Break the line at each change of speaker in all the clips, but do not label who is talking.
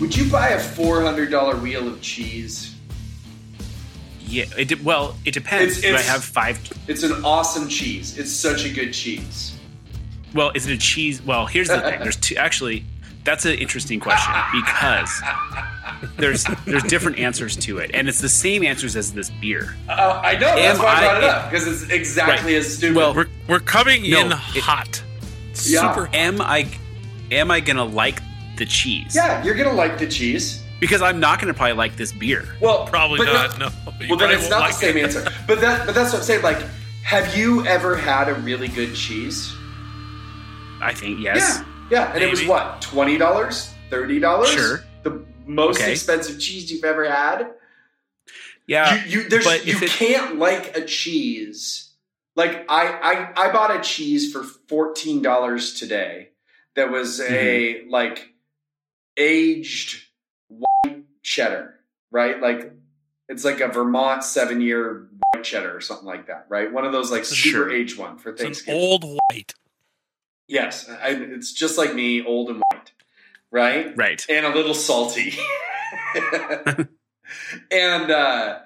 you buy a four hundred dollar wheel of cheese?
Yeah. It de- well, it depends.
It's-
Do I
it's-
have five?
It's an awesome cheese. It's such a good cheese.
Well, is it a cheese? Well, here's the thing. There's two. Actually, that's an interesting question because there's there's different answers to it, and it's the same answers as this beer.
Uh, I know that's
Am
why I brought it
I-
up because it's exactly
Right.
as stupid.
Well,
We're, we're coming
No,
in
it-
hot.
Yeah.
Super.
Am I am I gonna like the cheese?
yeah, you're gonna like the cheese.
Because I'm not gonna probably like this beer.
Well,
Probably
but
not. No. You
Well, then
probably
it's
won't
not
like
the same
it.
answer. But that, but that's what I'm saying. Like, have you ever had a really good cheese?
I think yes.
Yeah, yeah. And it was
Maybe.
what twenty dollars, thirty dollars.
Sure.
The most
Okay.
expensive cheese you've ever had.
Yeah.
you, you, there's,
Uh, but
you
if it-
can't like a cheese. Like I, I, I bought a cheese for fourteen dollars today. That was a
Mm-hmm.
like aged white cheddar, right? Like it's like a Vermont seven year white cheddar or something like that, right? One of those like super
Sure.
aged one for
It's an
Thanksgiving.
old white.
yes, I, it's just like me, old and white, right?
right.
and a little salty. and uh,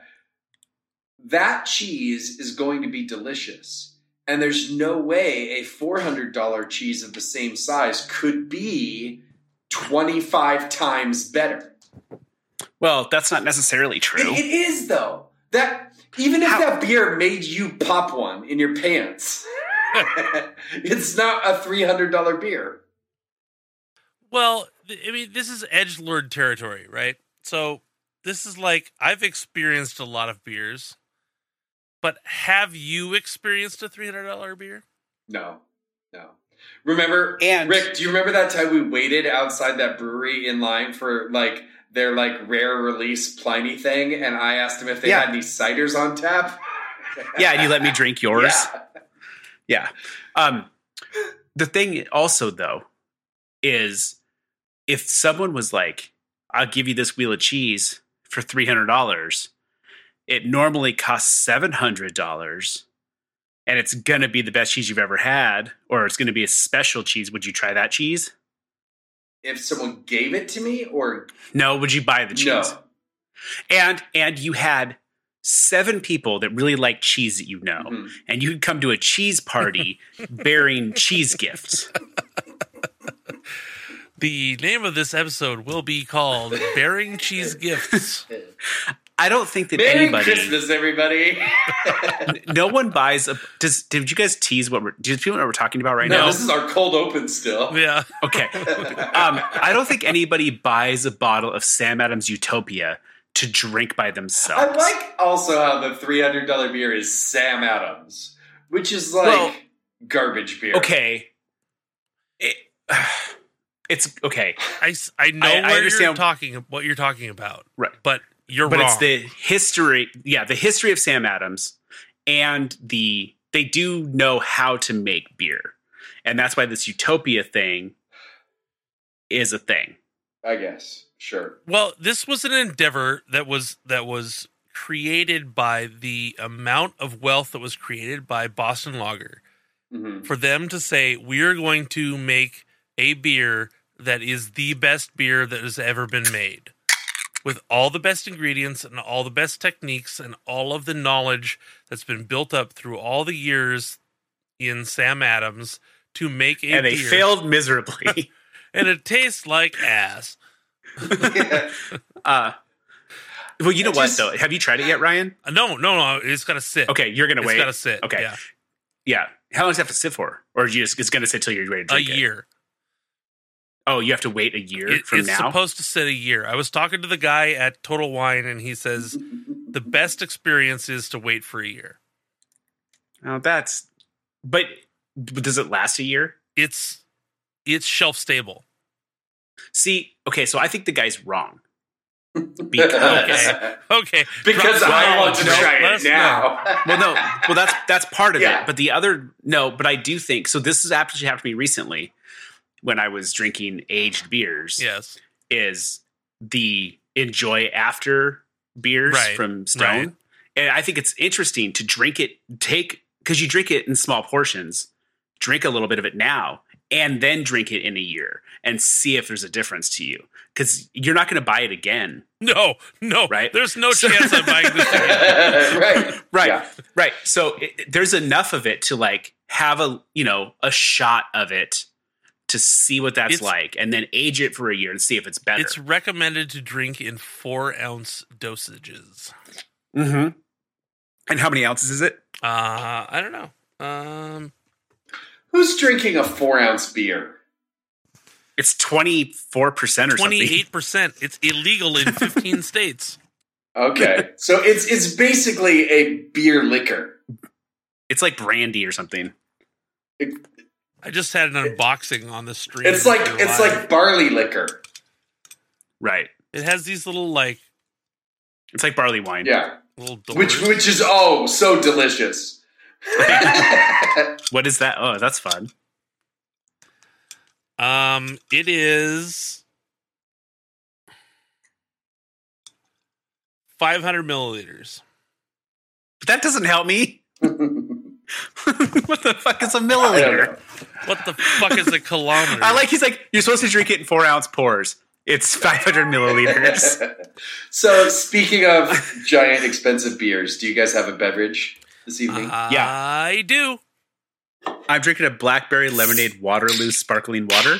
that cheese is going to be delicious. And there's no way a $400 cheese of the same size could be 25 times better.
Well, that's not necessarily
It-
true.
it is, though. That even if
How-
that beer made you pop one in your pants, it's not a $300 beer.
Well, th- I mean, this is edge lord territory, right? So this is like I've experienced a lot of beers, but have you experienced a three hundred dollar beer?
No, no. Remember,
And-
Rick, do you remember that time we waited outside that brewery in line for like their like rare release Pliny thing, and I asked him if they
Yeah.
had any ciders on tap?
yeah, and you let me drink yours.
Yeah.
Yeah. Um, the thing also though is if someone was like, "I'll give you this wheel of cheese for three hundred dollars," it normally costs seven hundred dollars, and it's gonna be the best cheese you've ever had, or it's gonna be a special cheese. Would you try that cheese?
If someone gave it to me, or
No. Would you buy the cheese?
no,
And and you had seven people that really like cheese that you know,
Mhm.
and you could come to a cheese party bearing cheese gifts.
The name of this episode will be called "Bearing Cheese Gifts."
I don't think that
Merry
anybody,
Christmas, everybody!
no one buys a. Does did you guys tease what we're? Do people know what we're talking about right
no,
now?
this is our cold open still.
Yeah,
okay. Um, I don't think anybody buys a bottle of Sam Adams Utopia to drink by
I
themselves.
like also how the three hundred dollar beer is Sam Adams, which is like
Well-
garbage beer.
okay. It- it's okay,
I, s- I know
I
where you're
understand-
talking what you're talking about,
Right.
But you're
but
wrong.
it's the history. Yeah, the history of Sam Adams and the they do know how to make beer, and that's why this Utopia thing is a thing.
I guess sure.
Well, this was an endeavor that was that was created by the amount of wealth that was created by Boston Lager
hmm
for them to say we are going to make a beer that is the best beer that has ever been made with all the best ingredients and all the best techniques and all of the knowledge that's been built up through all the years in Sam Adams to make a
and they
beer
failed miserably.
and it tastes like ass.
Uh, well, you know
I
what
just-
though? Have you tried it yet, Ryan?
Uh, No, no, no, it's got to sit.
Okay, you're gonna
It's
wait.
got to sit.
Okay.
Yeah.
yeah. How long does it have to sit for? Or you just it's gonna sit till you're ready to
A
drink it?
year.
Oh, you have to wait a year
It-
from
it's
now.
supposed to sit a year. I was talking to the guy at Total Wine, and he says the best experience is to wait for a year.
oh, that's. But but does it last a year?
It's it's shelf stable.
See, okay, so I think the guy's wrong because
Okay. Okay,
because
Drop
I
the
want to
knowledge.
try
Let
it
us know.
now.
well, no, well that's that's part of
Yeah.
it. But the other no, but I do think so. This has actually happened to me recently when I was drinking aged beers.
Yes,
is the enjoy after beers
Right,
from Stone.
right.
And I think it's interesting to drink it, take because you drink it in small portions, drink a little bit of it now and then drink it in a year and see if there's a difference to you because you're not going to buy it again.
No, no.
Right.
There's no chance I'm buying this again.
right.
Right.
Yeah.
Right. So it, it- there's enough of it to like have a, you know, a shot of it to see what that's
It's-
like and then age it for a year and see if it's better.
It's recommended to drink in four ounce dosages.
mm-hmm. And how many ounces is it?
Uh, I don't know. Um,
Who's drinking a four ounce beer?
It's 24% or something.
twenty-eight percent. It's illegal in fifteen states.
Okay, so it's it's basically a beer liquor.
It's like brandy or something.
I just had an unboxing on the stream.
It's like
You're
it's
live.
like barley liquor.
Right.
it has these little like
It's like barley wine.
Yeah,
little doors.
which which is oh so delicious.
What is that? Oh, that's fun.
um, it is five hundred milliliters.
But that doesn't help me. what the fuck is a
I don't know.
milliliter?
What the fuck is a kilometer?
I, like he's like, you're supposed to drink it in four ounce pours. It's 500 milliliters.
So speaking of giant expensive beers, do you guys have a beverage this evening?
Yeah.
Uh, I do.
I'm drinking a blackberry lemonade Waterloo sparkling water.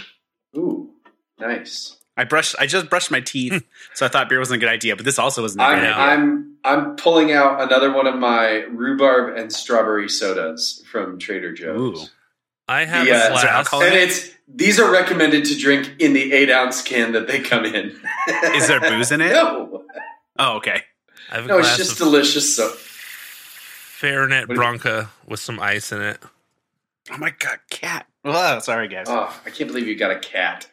Ooh, nice.
I brushed. I just brushed my teeth, so I thought beer wasn't a good idea. But this also wasn't a good
I'm
idea.
I'm I'm pulling out another one of my rhubarb and strawberry sodas from Trader Joe's.
Ooh.
I have
Yeah,
a
is
there
glass.
alcohol in
And it's these are recommended to drink in the eight ounce can that they come in.
Is there booze in it?
no?
Oh, okay.
I have a
No, it's
glass
just
of
delicious. So
Fairnet Bronca with some ice in it.
Oh my god, cat. Oh, sorry guys,
oh, I can't believe you got a cat.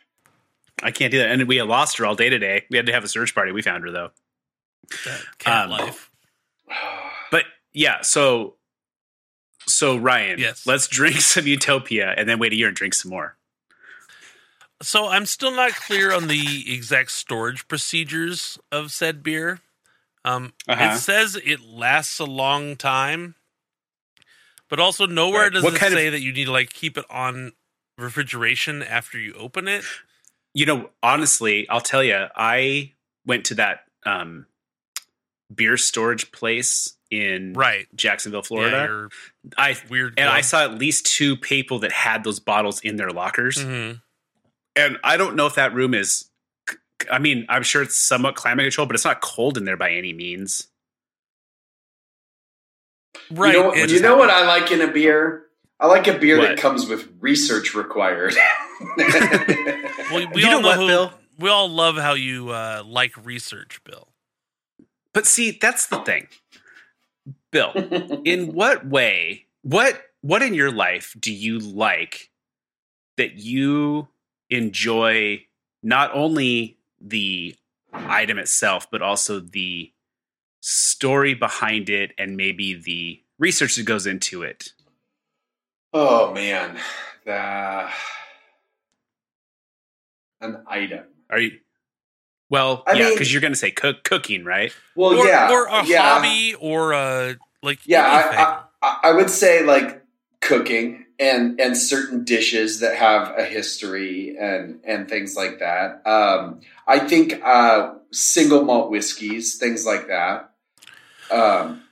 I can't do that. And we lost her all day today. We had to have a search party. We found her though.
That cat
Um,
life.
But yeah, so so Ryan,
Yes.
let's drink some Utopia and then wait a year and drink some more.
So I'm still not clear on the exact storage procedures of said beer. Um,
Uh-huh.
It says it lasts a long time, but also nowhere
Right.
does
What
it
kind of-
say that you need to like keep it on refrigeration after you open it.
Mm. You know, honestly, I'll tell you, I went to that um, beer storage place in
Right,
Jacksonville,
Yeah,
Florida.
your
I
weird.
and I saw at least two people that had those bottles in their lockers.
hmm
And I don't know if that room is. I mean, I'm sure it's somewhat climate control, but it's not cold in there by any means.
Right,
You know,
and-
you know what I like in a beer? I like a beer
What?
that comes with research required.
well, we
You
all
know
know
what,
who,
Bill?
We all love how you uh, like research, Bill.
But see, that's the thing, Bill. in what way? What what in your life do you like that you enjoy? Not only the item itself, but also the story behind it, and maybe the research that goes into it.
oh man, the, an item.
Are you? Well,
I
yeah,
mean-
because you're going to say cook cooking, right?
Well,
or,
Oh, yeah,
or a
yeah.
hobby, or a like.
yeah
anything.
I, I, I would say like cooking and and certain dishes that have a history and and things like that um i think uh single malt whiskeys things like that um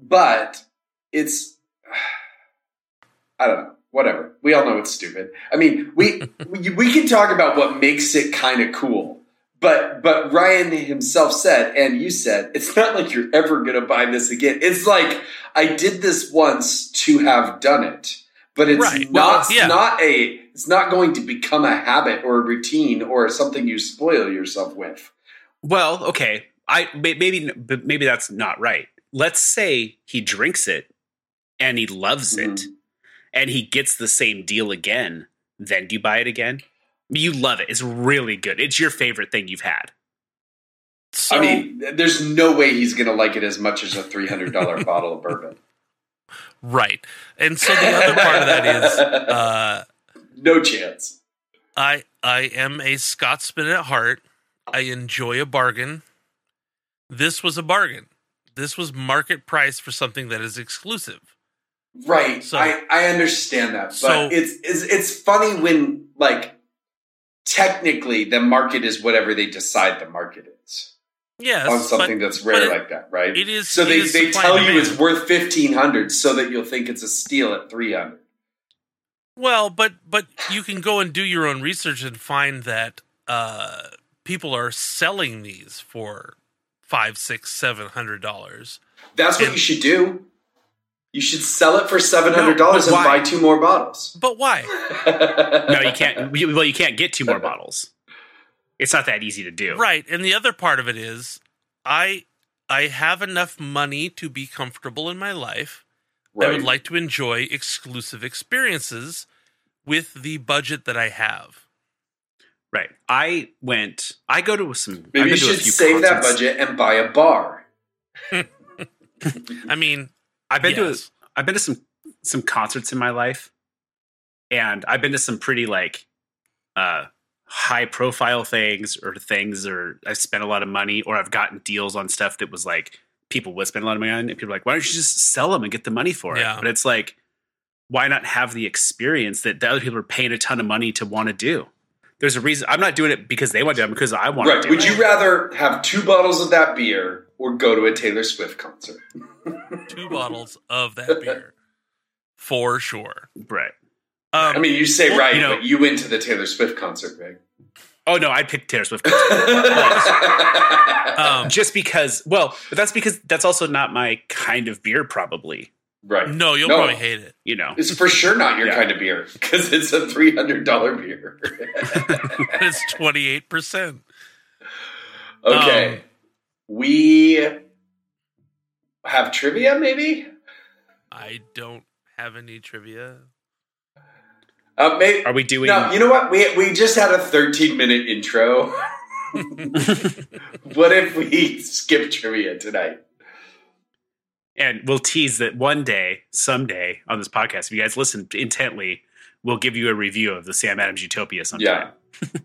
but it's i don't know whatever we all know it's stupid i mean we we, we can talk about what makes it kind of cool but but Ryan himself said, and you said, it's not like you're ever gonna buy this again. It's like I did this once to have done it, but it's
Right.
not
Well, yeah.
not a it's not going to become a habit or a routine or something you spoil yourself with.
Well, okay. I may- maybe, but maybe that's not right. Let's say he drinks it and he loves it,
Mhm.
and he gets the same deal again. Then do you buy it again? You love it. It's really good. It's your favorite thing you've had.
So,
I mean, th- there's no way he's gonna like it as much as a three hundred dollar bottle of bourbon.
right. And so the other part of that is uh,
No chance.
I I am a Scotsman at heart. I enjoy a bargain. This was a bargain. This was market price for something that is exclusive.
Right.
So-
I, I understand that. But
So-
it's, it's it's funny when like technically the market is whatever they decide the market is
Yes,
on something that's rare
but it-
like that, right?
but it is.
so
it
they,
is
they
supply and
tell you
demand.
it's worth fifteen hundred so that you'll think it's a steal at three hundred.
Well, but but you can go and do your own research and find that uh, people are selling these for five, six, seven hundred dollars.
That's what
And-
you should do. You should sell it for seven hundred dollars
No, but
and
why?
buy two more bottles.
But why?
No,
no,
you can't. you- Well, you can't get two more bottles. It's not that easy to do.
Right. And the other part of it is, I I have enough money to be comfortable in my life. I would like to enjoy exclusive experiences with the budget that I have.
Right. I went. I go to some. I've
Maybe you
been to a
should
few
save that
concerts.
budget and buy a bar.
I mean,
I've been to.
yes.
I've been to some some concerts in my life, and I've been to some pretty like uh high profile things or things or I've spent a lot of money or I've gotten deals on stuff that was like people would spend a lot of money on and people are like, why don't you just sell them and get the money for it?
Yeah.
But it's like, why not have the experience that the other people are paying a ton of money to want to do? There's a reason I'm not doing it because they want to do it, I'm because I want
Right.
to do
Would
it.
you rather have two bottles of that beer or go to a Taylor Swift concert?
two bottles of that beer for sure.
right.
Um,
I mean, you say
Well,
right,
you know-
but you went to the Taylor Swift concert, Greg.
Oh no, I picked Taylor Swift.
um,
just because well but that's because that's also not my kind of beer probably
right.
no, you'll
No.
probably hate it.
you know
It's for sure not your
Yeah.
kind of beer because it's a three hundred dollar beer.
It's twenty eight percent.
okay,
Um,
we have trivia, maybe.
I don't have any trivia.
Uh, may-
are we doing
no, you know what? We we just had a thirteen minute intro. what if we skip trivia tonight?
and we'll tease that one day someday on this podcast if you guys listen intently we'll give you a review of the sam adams utopia
Yeah,
sometime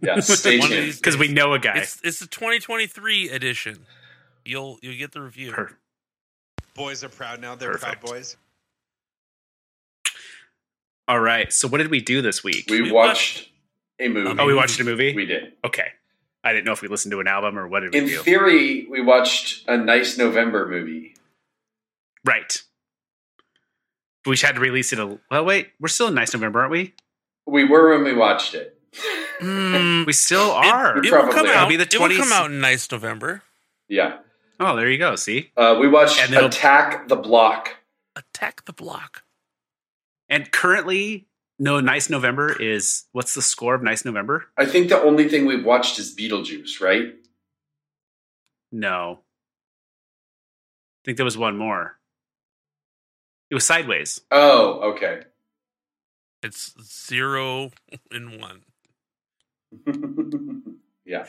yeah. Stay
One of
tuned.
these-
because we know a guy
It's it's the twenty twenty three edition. You'll you'll get the review.
Per-
Boys are proud now. They're
Perfect.
proud boys.
all right so what did we do this week
We
We
watched a movie.
oh we watched a movie
We did.
okay i didn't know if we listened to an album or what did we
In
do
theory, we watched a nice November movie.
right we had to release it a well wait we're still in nice november aren't we
We were when we watched it.
Mm,
we still are
it will come
Probably.
out.
It'll be the
it will
20th
come out in nice November.
Yeah.
oh there you go see
Uh, we watched
And it'll-
Attack the Block.
Attack the block.
And currently, no, Nice November is what's the score of Nice November?
I think the only thing we've watched is Beetlejuice, right?
No. I think there was one more. It was Sideways.
Oh, okay.
It's zero in one.
yeah.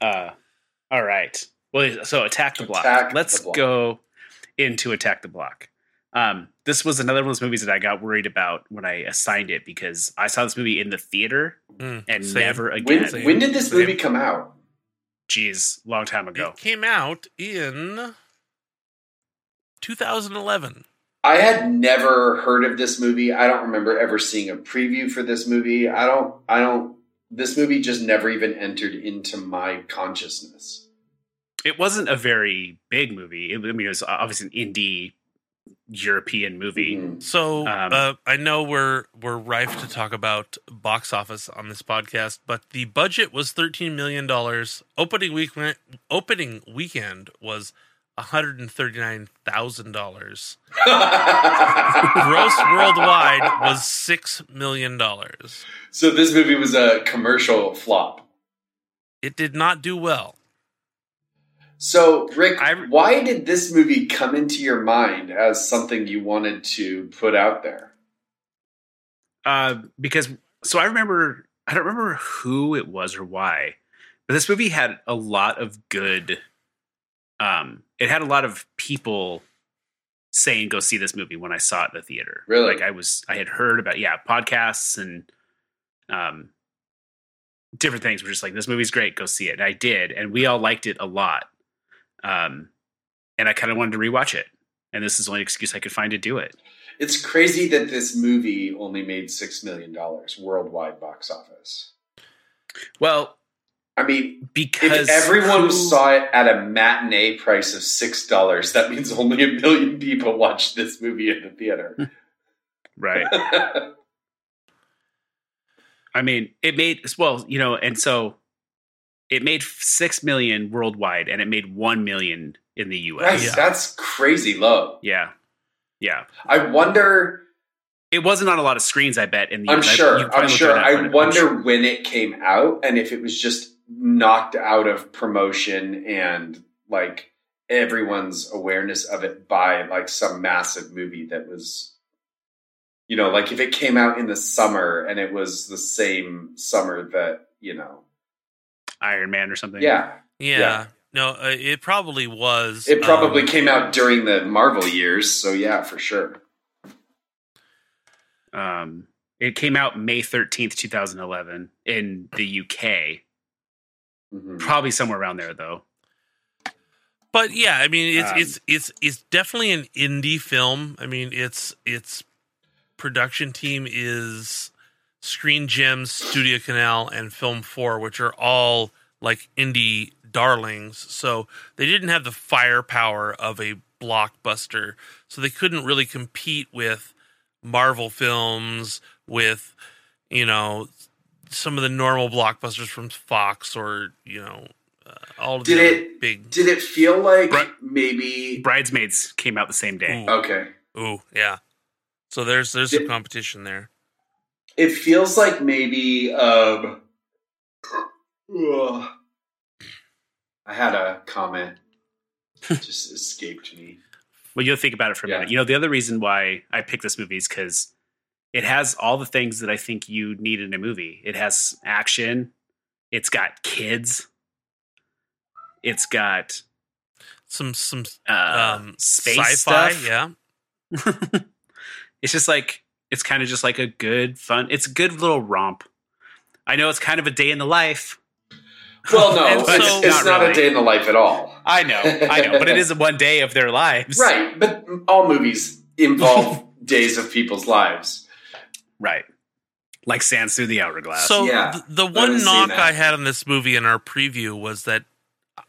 Uh, all right. Well, so Attack the Block.
Attack the
Let's
Block.
go into Attack the Block. Um, this was another one of those movies that I got worried about when I assigned it because I saw this movie in the theater
Mm,
and
same.
never
When,
again.
Same.
when did this
Same.
movie come out?
Jeez, long time ago.
It came out in 2011.
I had never heard of this movie. I don't remember ever seeing a preview for this movie. I don't I don't this movie just never even entered into my consciousness.
it wasn't a very big movie. It, I mean, it was obviously an indie European movie.
Mhm.
So
Um,
uh, I know we're we're rife to talk about box office on this podcast, but the budget was 13 million dollars. Opening week opening weekend was 139 thousand dollars. Gross worldwide was six million dollars.
So this movie was a commercial flop.
It did not do well.
So, Rick,
I-
why did this movie come into your mind as something you wanted to put out there?
Uh, because so I remember, I don't remember who it was or why, but this movie had a lot of good. Um, it had a lot of people saying go see this movie when I saw it in the theater.
Really?
like I was, I had heard about yeah podcasts and um different things were just like this movie's great, go see it, and I did, and we all liked it a lot. Um, and I kind of wanted to rewatch it, and this is the only excuse I could find to do it.
It's crazy that this movie only made six million dollars worldwide box office.
Well,
I mean, if
because
everyone
who-
saw it at a matinee price of six dollars, that means only a million people watched this movie at the theater.
right, I mean, it made well, you know, and so it made six million worldwide, and it made one million in the U.S.
Guys,
Yeah.
That's crazy low.
yeah, yeah.
I wonder.
It wasn't on a lot of screens, I bet. In the
I'm
US. I- you
sure.
probably
I'm
looked
sure.
it up, but
I
I'm
wonder
sure-
when it came out and if it was just knocked out of promotion and like everyone's awareness of it by like some massive movie that was you know like if it came out in the summer and it was the same summer that you know
Iron Man or something.
yeah
Yeah.
Yeah.
No, uh, it probably was.
it probably
um,
came out during the marvel years so yeah for sure
Um, it came out May thirteenth, two thousand eleven, in the U.K.
Mhm.
Probably somewhere around there, though.
But yeah, I mean, it's
Um,
it's it's it's definitely an indie film. I mean, its its production team is Screen Gems, Studio Canal, and Film Four, which are all like indie darlings. So they didn't have the firepower of a blockbuster, so they couldn't really compete with Marvel films, with you know some of the normal blockbusters from Fox or you know uh, all of
Did
the other
it-
big.
did it feel like
Bri-
maybe
Bridesmaids came out the same day.
Ooh.
okay
Ooh, yeah. So there's there's
Yeah.
some competition there.
it feels like maybe um ugh. I had a comment It just escaped me.
Well, you'll think about it for a
Yeah.
minute. You know, the other reason why I picked this movie is because it has all the things that I think you need in a movie. It has action. It's got kids. It's got
Some some
uh,
um
space
sci-fi,
stuff.
yeah.
it's just like it's kind of just like a good fun. It's a good little romp. I know it's kind of a day in the life.
Well, no,
And
it's,
so-
it's
Not
not
really.
a day in the life at all.
I know, I know, but it is one day of their lives,
Right, but all movies involve days of people's lives.
Right, like sands through the hourglass.
So
Yeah,
th- the
haven't
one
seen
knock
that.
I had on this movie in our preview was that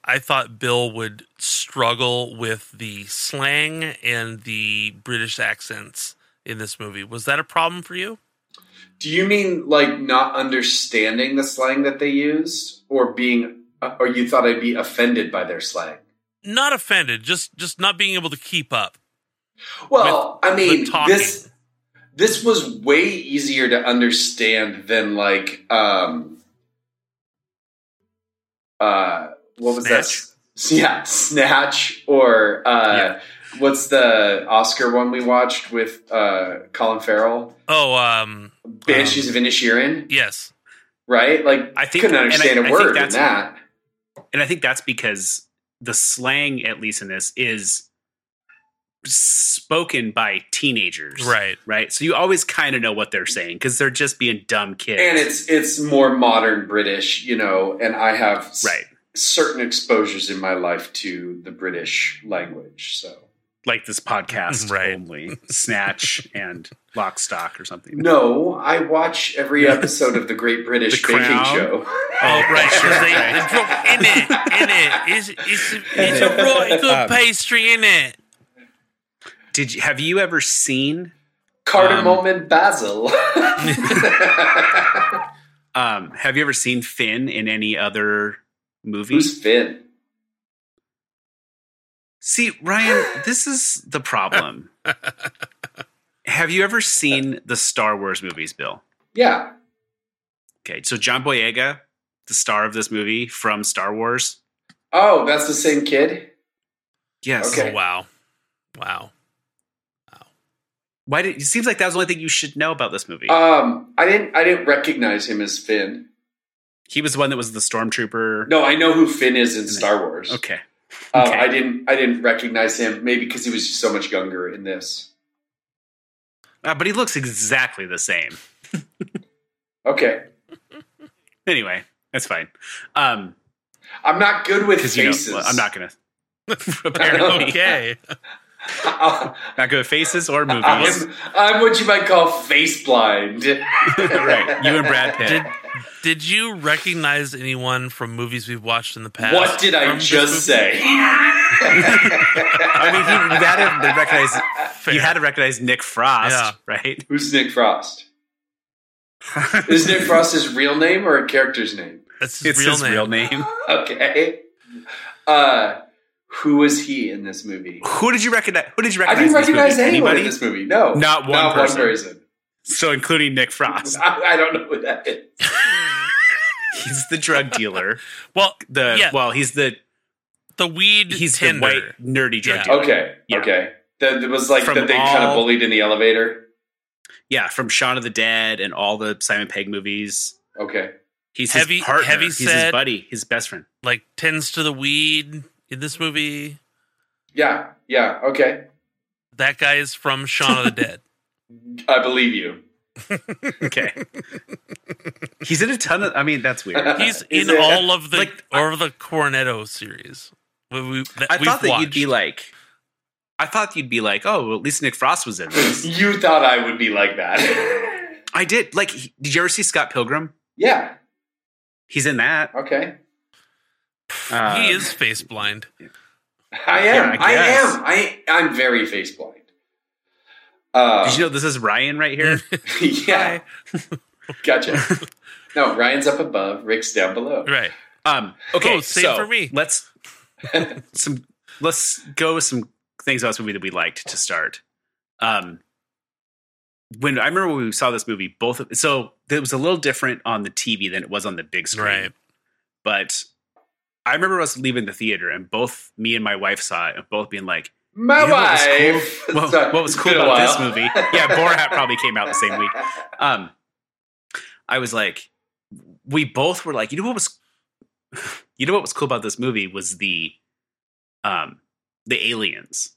I thought Bill would struggle with the slang and the British accents in this movie. Was that a problem for you?
Do you mean like not understanding the slang that they used, or being, uh, or you thought I'd be offended by their slang?
Not offended, just just not being able to keep up.
Well, I mean,
with talking.
this this was way easier to understand than like um uh what was that?
Snatch?
S- Yeah, Snatch or uh
Yeah.
what's the Oscar one we watched with uh Colin Farrell?
Oh, um
Banshees of Inisherin,
yes.
right? Like
I think-
couldn't
and I-
understand
I
a
think
word in
that's-
that.
and I think that's because the slang, at least in this, is spoken by teenagers,
Right.
Right. So you always kind of know what they're saying because they're just being dumb kids,
And it's it's more modern British, you know, and I have s-
right.
certain exposures in my life to the British language, so
Like this podcast,
Right.
Only snatch and lock stock or something.
No, I watch every episode of the Great British
The
Baking
Crown?
Show.
Oh right, 'cause they,
Right.
they drop in it, in it. It's, it's, it's a right good
Um,
pastry in it.
Did you have you ever seen?
Cardamom and basil.
Um, have you ever seen Finn in any other movie?
Who's Finn?
See, Ryan, this is the problem. have you ever seen the Star Wars movies, Bill?
Yeah.
Okay, so John Boyega, the star of this movie from Star Wars.
Oh, that's the same kid.
Yes.
Okay.
Oh, wow, wow.
Why did it seems like that was the only thing you should know about this movie?
Um, I didn't. I didn't recognize him as Finn.
he was the one that was the stormtrooper.
No, I know who Finn is in Star Wars.
Okay.
Uh,
okay.
I didn't. I didn't recognize him. Maybe because he was just so much younger in this.
Uh, but he looks exactly the same.
Okay,
Anyway, that's fine. Um
I'm not good with
because you know
faces.
well, I'm not gonna
Apparently, okay.
Not good with faces or
Uh,
movies.
I'm, I'm what you might call face blind.
right. You and Brad Pitt.
Did did you recognize anyone from movies we've watched in the past?
What did
from
I
this
just
movie?
say?
I mean, you, you had to recognize. You had to recognize Nick Frost,
Yeah.
right?
Who's Nick Frost? Is Nick Frost his real name or a character's name?
That's his,
it's
real,
his
name.
real name.
Okay. Uh, who was he in this movie?
Who did you recognize? Who did you
I didn't
recognize? in this
recognize
movie?
anyone in
Anybody?
this movie. No,
Not one
not
person.
one person.
So, including Nick Frost,
I, I don't know who that is.
he's the drug dealer.
Well,
The
Yeah.
well, he's the
the weed
he's
tender.
the white nerdy drug
Yeah.
dealer.
Okay,
Yeah.
okay. That that was like
From
that they kind of
all-
bullied in the elevator.
Yeah, from Shaun of the Dead and all the Simon Pegg movies.
Okay,
He's
Heavy-
his partner.
heavy
he's his
set.
buddy. His best friend.
like tends to the weed in this movie.
yeah, yeah, okay.
That guy is from Shaun of the Dead.
I believe you.
Okay. he's in a ton of. I mean, that's weird.
He's
Is
in
it-
all of the
like,
all of the Cornetto series. We, we, that
I
we've
thought that
watched.
you'd be like, I thought you'd be like, oh, well, at least Nick Frost was in this.
You thought I would be like that.
I did. Like, he- did you ever see Scott Pilgrim?
yeah.
He's in that.
Okay.
Um,
he is face blind.
I am.
Yeah, I
I,
guess.
am. I I'm very face blind. Uh,
Did you know this is Ryan right here?
yeah. gotcha. No, Ryan's up above. Rick's down below.
Right.
um, okay,
Oh, same
so
for me.
Let's some let's go with some things about this movie that we liked to start. Um, when I remember when we saw this movie, both of, so it was a little different on the TV than it was on the big screen.
Right.
But I remember us leaving the theater, and both me and my wife saw it, and both being like.
My
You know what was cool-
wife.
what,
Sorry,
what was
it's
cool
been a
about this
while.
movie? Yeah, Borat probably came out the same week. Um, I was like, we both were like, you know what was, you know what was cool about this movie was the, um, the aliens.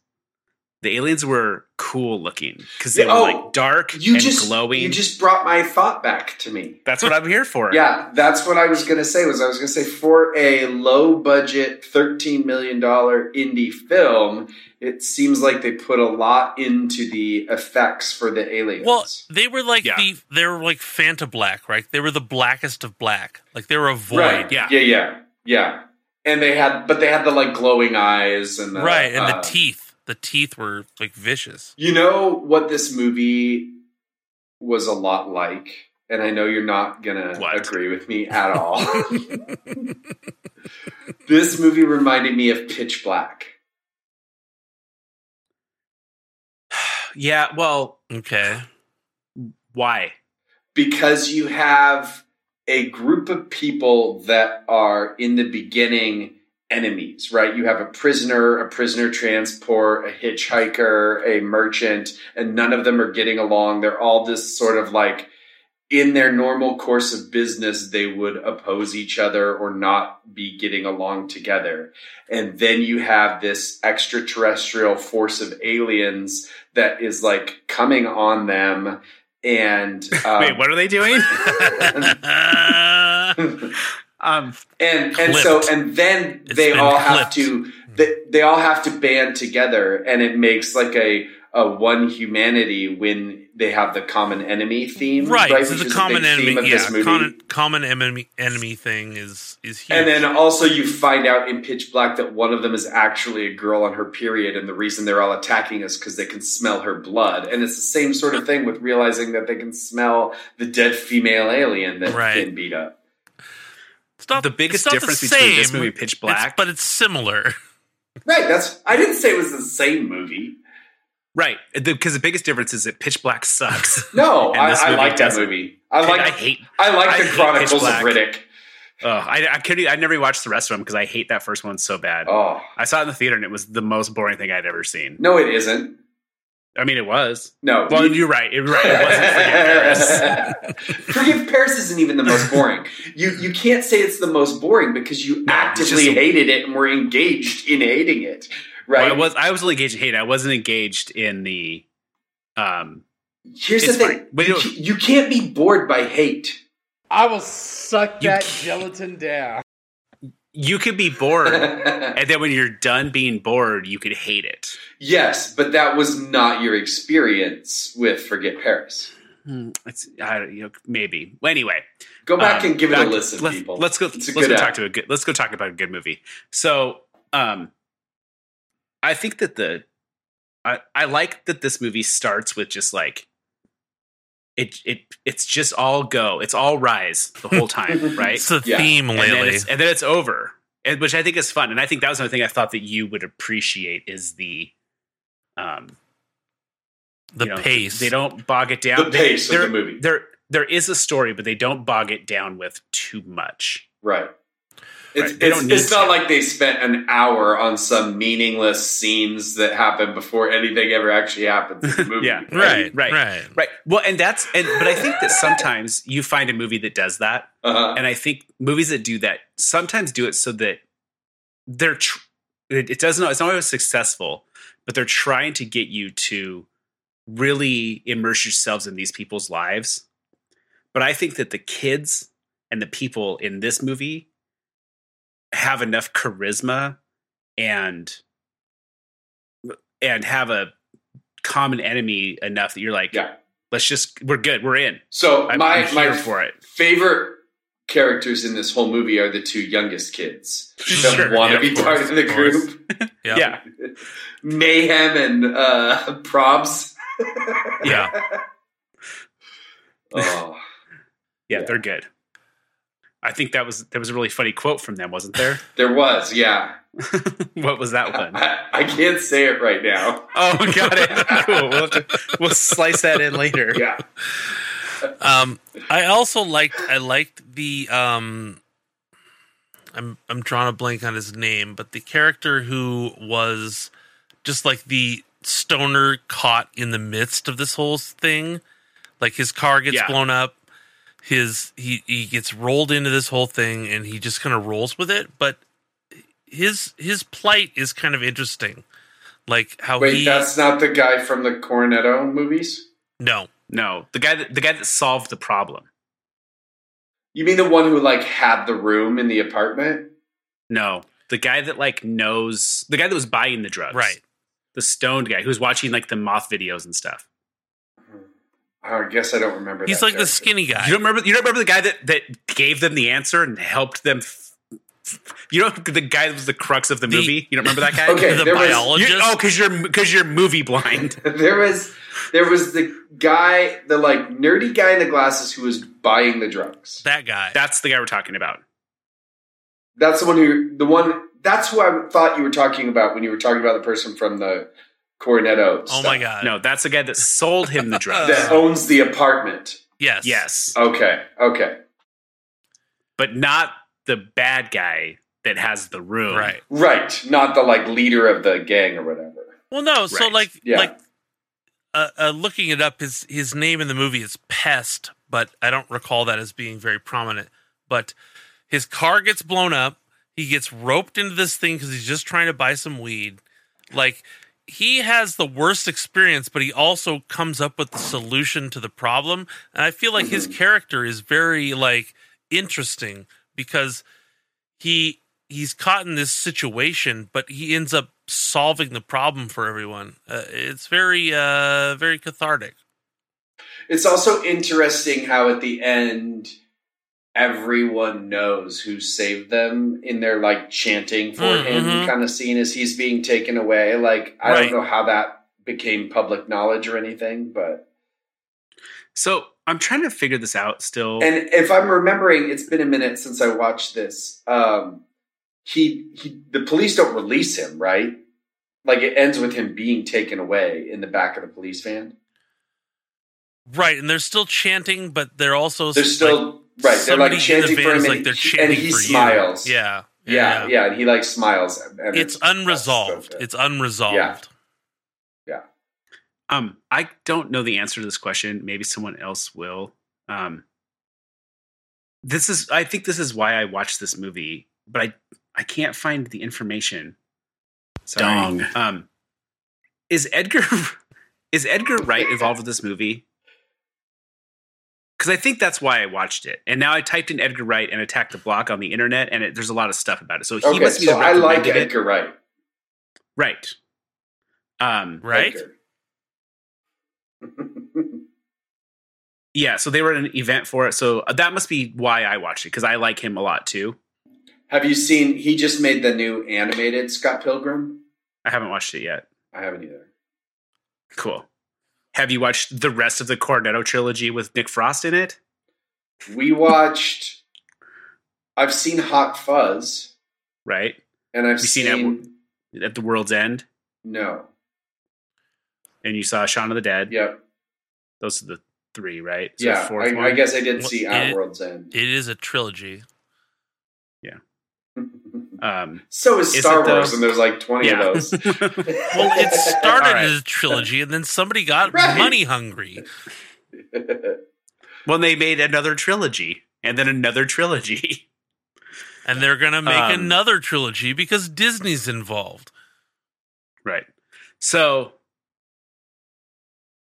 The aliens were cool looking because they
Yeah, oh,
were like dark
You
and
just
glowing.
You just brought my thought back to me.
That's what I'm here for.
Yeah, that's what I was gonna say. Was I was gonna say for a low budget thirteen million dollar indie film, it seems like they put a lot into the effects for the aliens.
Well, they were like
Yeah.
the they were like Fanta Black, right? They were the blackest of black. Like they were a void.
right?
yeah.
yeah, yeah, yeah. And they had, but they had the like glowing eyes and the,
Right, and
uh,
the teeth. The teeth were like vicious.
You know what this movie was a lot like, and I know you're not gonna
What?
agree with me at all. this movie reminded me of Pitch Black.
Yeah. Well,
Okay.
why?
because you have a group of people that are in the beginning enemies, right? You have a prisoner, a prisoner transport, a hitchhiker, a merchant, and none of them are getting along. They're all this sort of like in their normal course of business, they would oppose each other or not be getting along together. And then you have this extraterrestrial force of aliens that is like coming on them. And um,
Wait, what are they doing?
Uh,
um,
and and so
Clipped.
and then
It's
they
been
all have
clipped.
to they, they all have to band together and it makes like a a one humanity when they have the common enemy theme
right. This
which
is a
is
common
big
enemy.
theme of
Yeah.
this movie.
Common, common enemy enemy thing is is huge.
and
uh,
then also you find out in pitch black that one of them is actually a girl on her period and the reason they're all attacking is because they can smell her blood and it's the same sort of thing with realizing that they can smell the dead female alien that
Right.
Finn beat up
it's not,
the biggest
it's not the
difference between this
same.
movie, Pitch
It's-
Black,
but it's similar.
right that's i didn't say it was the same movie
right? Because the, biggest difference is that Pitch Black sucks.
no
And
i,
this
I
movie
like that
doesn't.
movie i
I,
like
hate.
I like
I
the
hate
Chronicles
Pitch
of
Black.
Riddick.
Oh, I, I couldn't. I never watched the rest of them because I hate that first one so bad.
Oh
I saw it in the theater and it was the most boring thing I'd ever seen.
no, it isn't.
I mean, it was.
No,
Well,
you-
you're right. You're right. It wasn't Forget Paris.
Forgive Paris isn't even the most boring. You you can't say it's the most boring because you
No, it's
actively
just-
hated it and were engaged in hating it.
Well,
Right?
I was. I was only engaged in hate. I wasn't engaged in the. Um.
Here's the
It's
thing:
fine. But
you,
you-
ca- you can't be bored by hate.
I will suck
You
that
can't-
gelatin down.
you could be bored, and then when you're done being bored, you could hate it.
yes, but that was not your experience with Forget Paris.
Hmm, It's I, you know, maybe. Well, anyway,
Go back
Um,
and give it
back-
a listen,
let's,
people.
Let's go.
It's a
let's
good
go talk
app.
to a good. Let's go talk about a good movie. So, um, I think that the I I like that this movie starts with just like it it it's just all go. It's all rise the whole time, right?
It's the
Yeah.
theme
and then
lately.
it's, and then it's over, and, which I think is fun. And I think that was another thing I thought that you would appreciate is the um
The
you know,
pace.
They don't bog it down.
the
They-
pace of
they're-
the movie,
there there is a story, but they don't bog it down with too much.
right? It's,
They
it's,
don't need
it's not
to.
like they spent an hour on some meaningless scenes that happen before anything ever actually happens in the movie.
Yeah.
right,
right.
right,
Right. Well, and that's and but I think that sometimes you find a movie that does that,
Uh-huh.
and I think movies that do that sometimes do it so that they're tr- it, it doesn't it's not always successful, but they're trying to get you to really immerse yourselves in these people's lives. But I think that the kids and the people in this movie have enough charisma and and have a common enemy enough that you're like,
Yeah.
let's just we're good, we're in.
So
I'm,
my
I'm here
my
for it.
favorite characters in this whole movie are the two youngest kids that
Sure,
want
yeah,
to
of
be
course,
part of the
of course.
group.
Yeah.
yeah.
Mayhem and uh, Probs.
Yeah.
Oh,
yeah,
Yeah.
they're good. I think that was that was a really funny quote from them, wasn't there?
there was, yeah.
what was that one?
I, I can't say it right now.
Oh, got it. Cool. We'll, have to, we'll slice that in later.
Yeah.
Um, I also liked. I liked the. Um, I'm I'm drawing a blank on his name, but the character who was just like the stoner caught in the midst of this whole thing. Like his car gets
Yeah.
blown up. His he he gets rolled into this whole thing, and he just kind of rolls with it. But his his plight is kind of interesting, like how
Oh,
Wait,
he
that's not the guy from the Cornetto movies?
no
No, the guy that the guy that solved the problem.
You mean the one who like had the room in the apartment?
No, the guy that like knows the guy that was buying the drugs.
right
the stoned guy who's watching like the moth videos and stuff.
Oh, I guess I don't remember.
he's
that
like the
character.
skinny guy
You don't remember? You don't remember the guy that that gave them the answer and helped them? F- f- you know the guy that was the crux of the,
The-
movie. You don't remember that guy?
Okay,
the
there was-
You-
biologist
oh, because you're because you're movie blind.
there was there was the guy, the like nerdy guy in the glasses who was buying the drugs.
that guy
That's the guy we're talking about.
That's the one who the one that's who I thought you were talking about when you were talking about the person from the Cornetto.
Oh
stuff
my god!
No, that's the guy that sold him the drugs.
That Oh. owns the apartment.
Yes.
yes,
Okay, okay,
but not the bad guy that has the room.
Right.
right. Not the like leader of the gang or whatever.
Well, no. So
Right.
like,
Yeah.
like, uh, uh, looking it up, his his name in the movie is Pest, but I don't recall that as being very prominent. But his car gets blown up. He gets roped into this thing because he's just trying to buy some weed. Like he has the worst experience, but he also comes up with the solution to the problem. And I feel like his character is very like interesting because he he's caught in this situation, but he ends up solving the problem for everyone. Uh, it's very uh very cathartic.
It's also interesting how at the end everyone knows who saved them in their like chanting for
Mm,
him
mhm.
kind of scene as he's being taken away. Like I
Right.
don't know how that became public knowledge or anything, but
So I'm trying to figure this out still.
and if I'm remembering, it's been a minute since I watched this. Um he, he the police don't release him, right? Like it ends with him being taken away in the back of the police van.
Right, and they're still chanting, but they're also
They're
like,
still right. They're
somebody
like
in the
chanting
van
for
is
him,
like
and,
they're
he-
chanting
and he
for you.
smiles.
Yeah,
yeah, yeah, and he like smiles. and- and
It's
that's so
unresolved.
good.
It's unresolved.
Yeah.
um, I don't know the answer to this question. Maybe someone else will. Um, this is. I think this is why I watched this movie, but I I can't find the information. Sorry.
Dong.
Um, is Edgar is Edgar Wright involved with this movie? because I think that's why I watched it. And now I typed in Edgar Wright and Attack the Block on the internet, and it, there's a lot of stuff about it. So he
okay,
must be
so
the
I like
recommended it.
Edgar Wright.
Right. Um,
right?
Edgar.
yeah. So they were at an event for it. So uh, that must be why I watched it because I like him a lot too.
Have you seen? He just made the new animated Scott Pilgrim.
I haven't watched it yet.
I haven't either.
Cool. Have you watched the rest of the Cornetto trilogy with Nick Frost in it?
We watched. I've seen Hot Fuzz,
Right.
and I've
You
seen,
seen At the world's end,
no.
and you saw Shaun of the Dead.
Yep.
Those are the three, right? Is there a
Yeah.
fourth
I, I
one?
guess I didn't
What-
see At
it-
World's End.
It is a trilogy.
Um,
so is
Is
Star
it though?
Wars, and there's like twenty
yeah.
of those.
Well, it started
All right.
as a trilogy, and then somebody got
Right.
money hungry.
Well, they made another trilogy and then another trilogy.
And they're going to make
Um,
another trilogy because Disney's involved.
right. So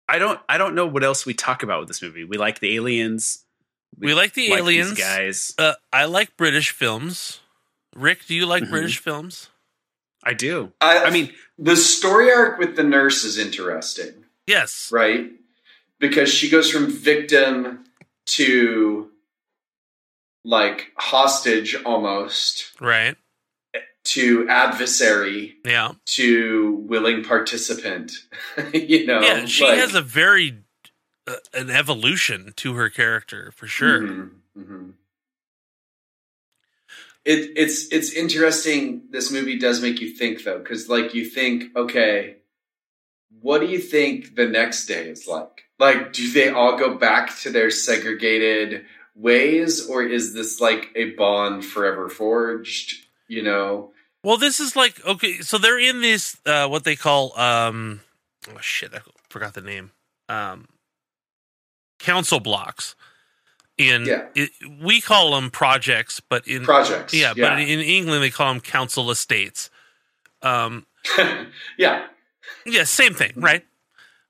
I don't I don't know what else we talk about with this movie. We like the aliens,
We like the
like these
aliens.
guys.
Uh, I like British films. Rick, do you like
Mhm.
British films?
I do.
I,
I mean,
the story arc with the nurse is interesting.
Yes.
right? Because she goes from victim to like hostage almost
Right.
to adversary
Yeah.
to willing participant. you know,
yeah. She has a very uh, an evolution to her character for sure.
Mm-hmm. It, it's it's interesting. This movie does make you think though, because like you think, okay, what do you think the next day is like? Like, do they all go back to their segregated ways, or is this like a bond forever forged? You know,
Well, this is like okay, so they're in this uh what they call um oh shit, I forgot the name. Um council blocks. In
Yeah.
it, we call them projects, but in
projects.
Mm, yeah, but in England they call them council estates. Um
but yeah,
yeah, same thing, right?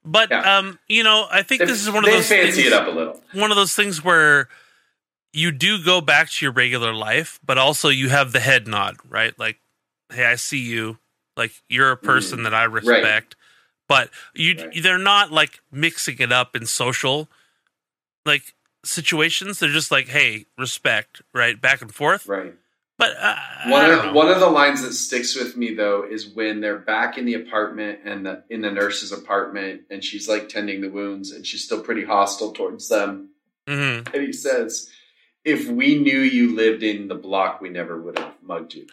But
Yeah.
um you know, I think
They-
this is one of
they
those
fancy
things,
it up a little.
one of those things where you do go back to your regular life, but also you have the head nod, right? Like, hey, I see you. Like you're a person that I respect. But you
Hmm. Right.
they're not like mixing it up in social like situations. They're just like, hey, respect, right? Back and forth.
Right.
But uh, I
One
don't know.
of, one of the lines that sticks with me though is when they're back in the apartment and the, in the nurse's apartment, and she's like tending the wounds, and she's still pretty hostile towards them.
Mhm.
And he says, "If we knew you lived in the block, we never would have mugged you."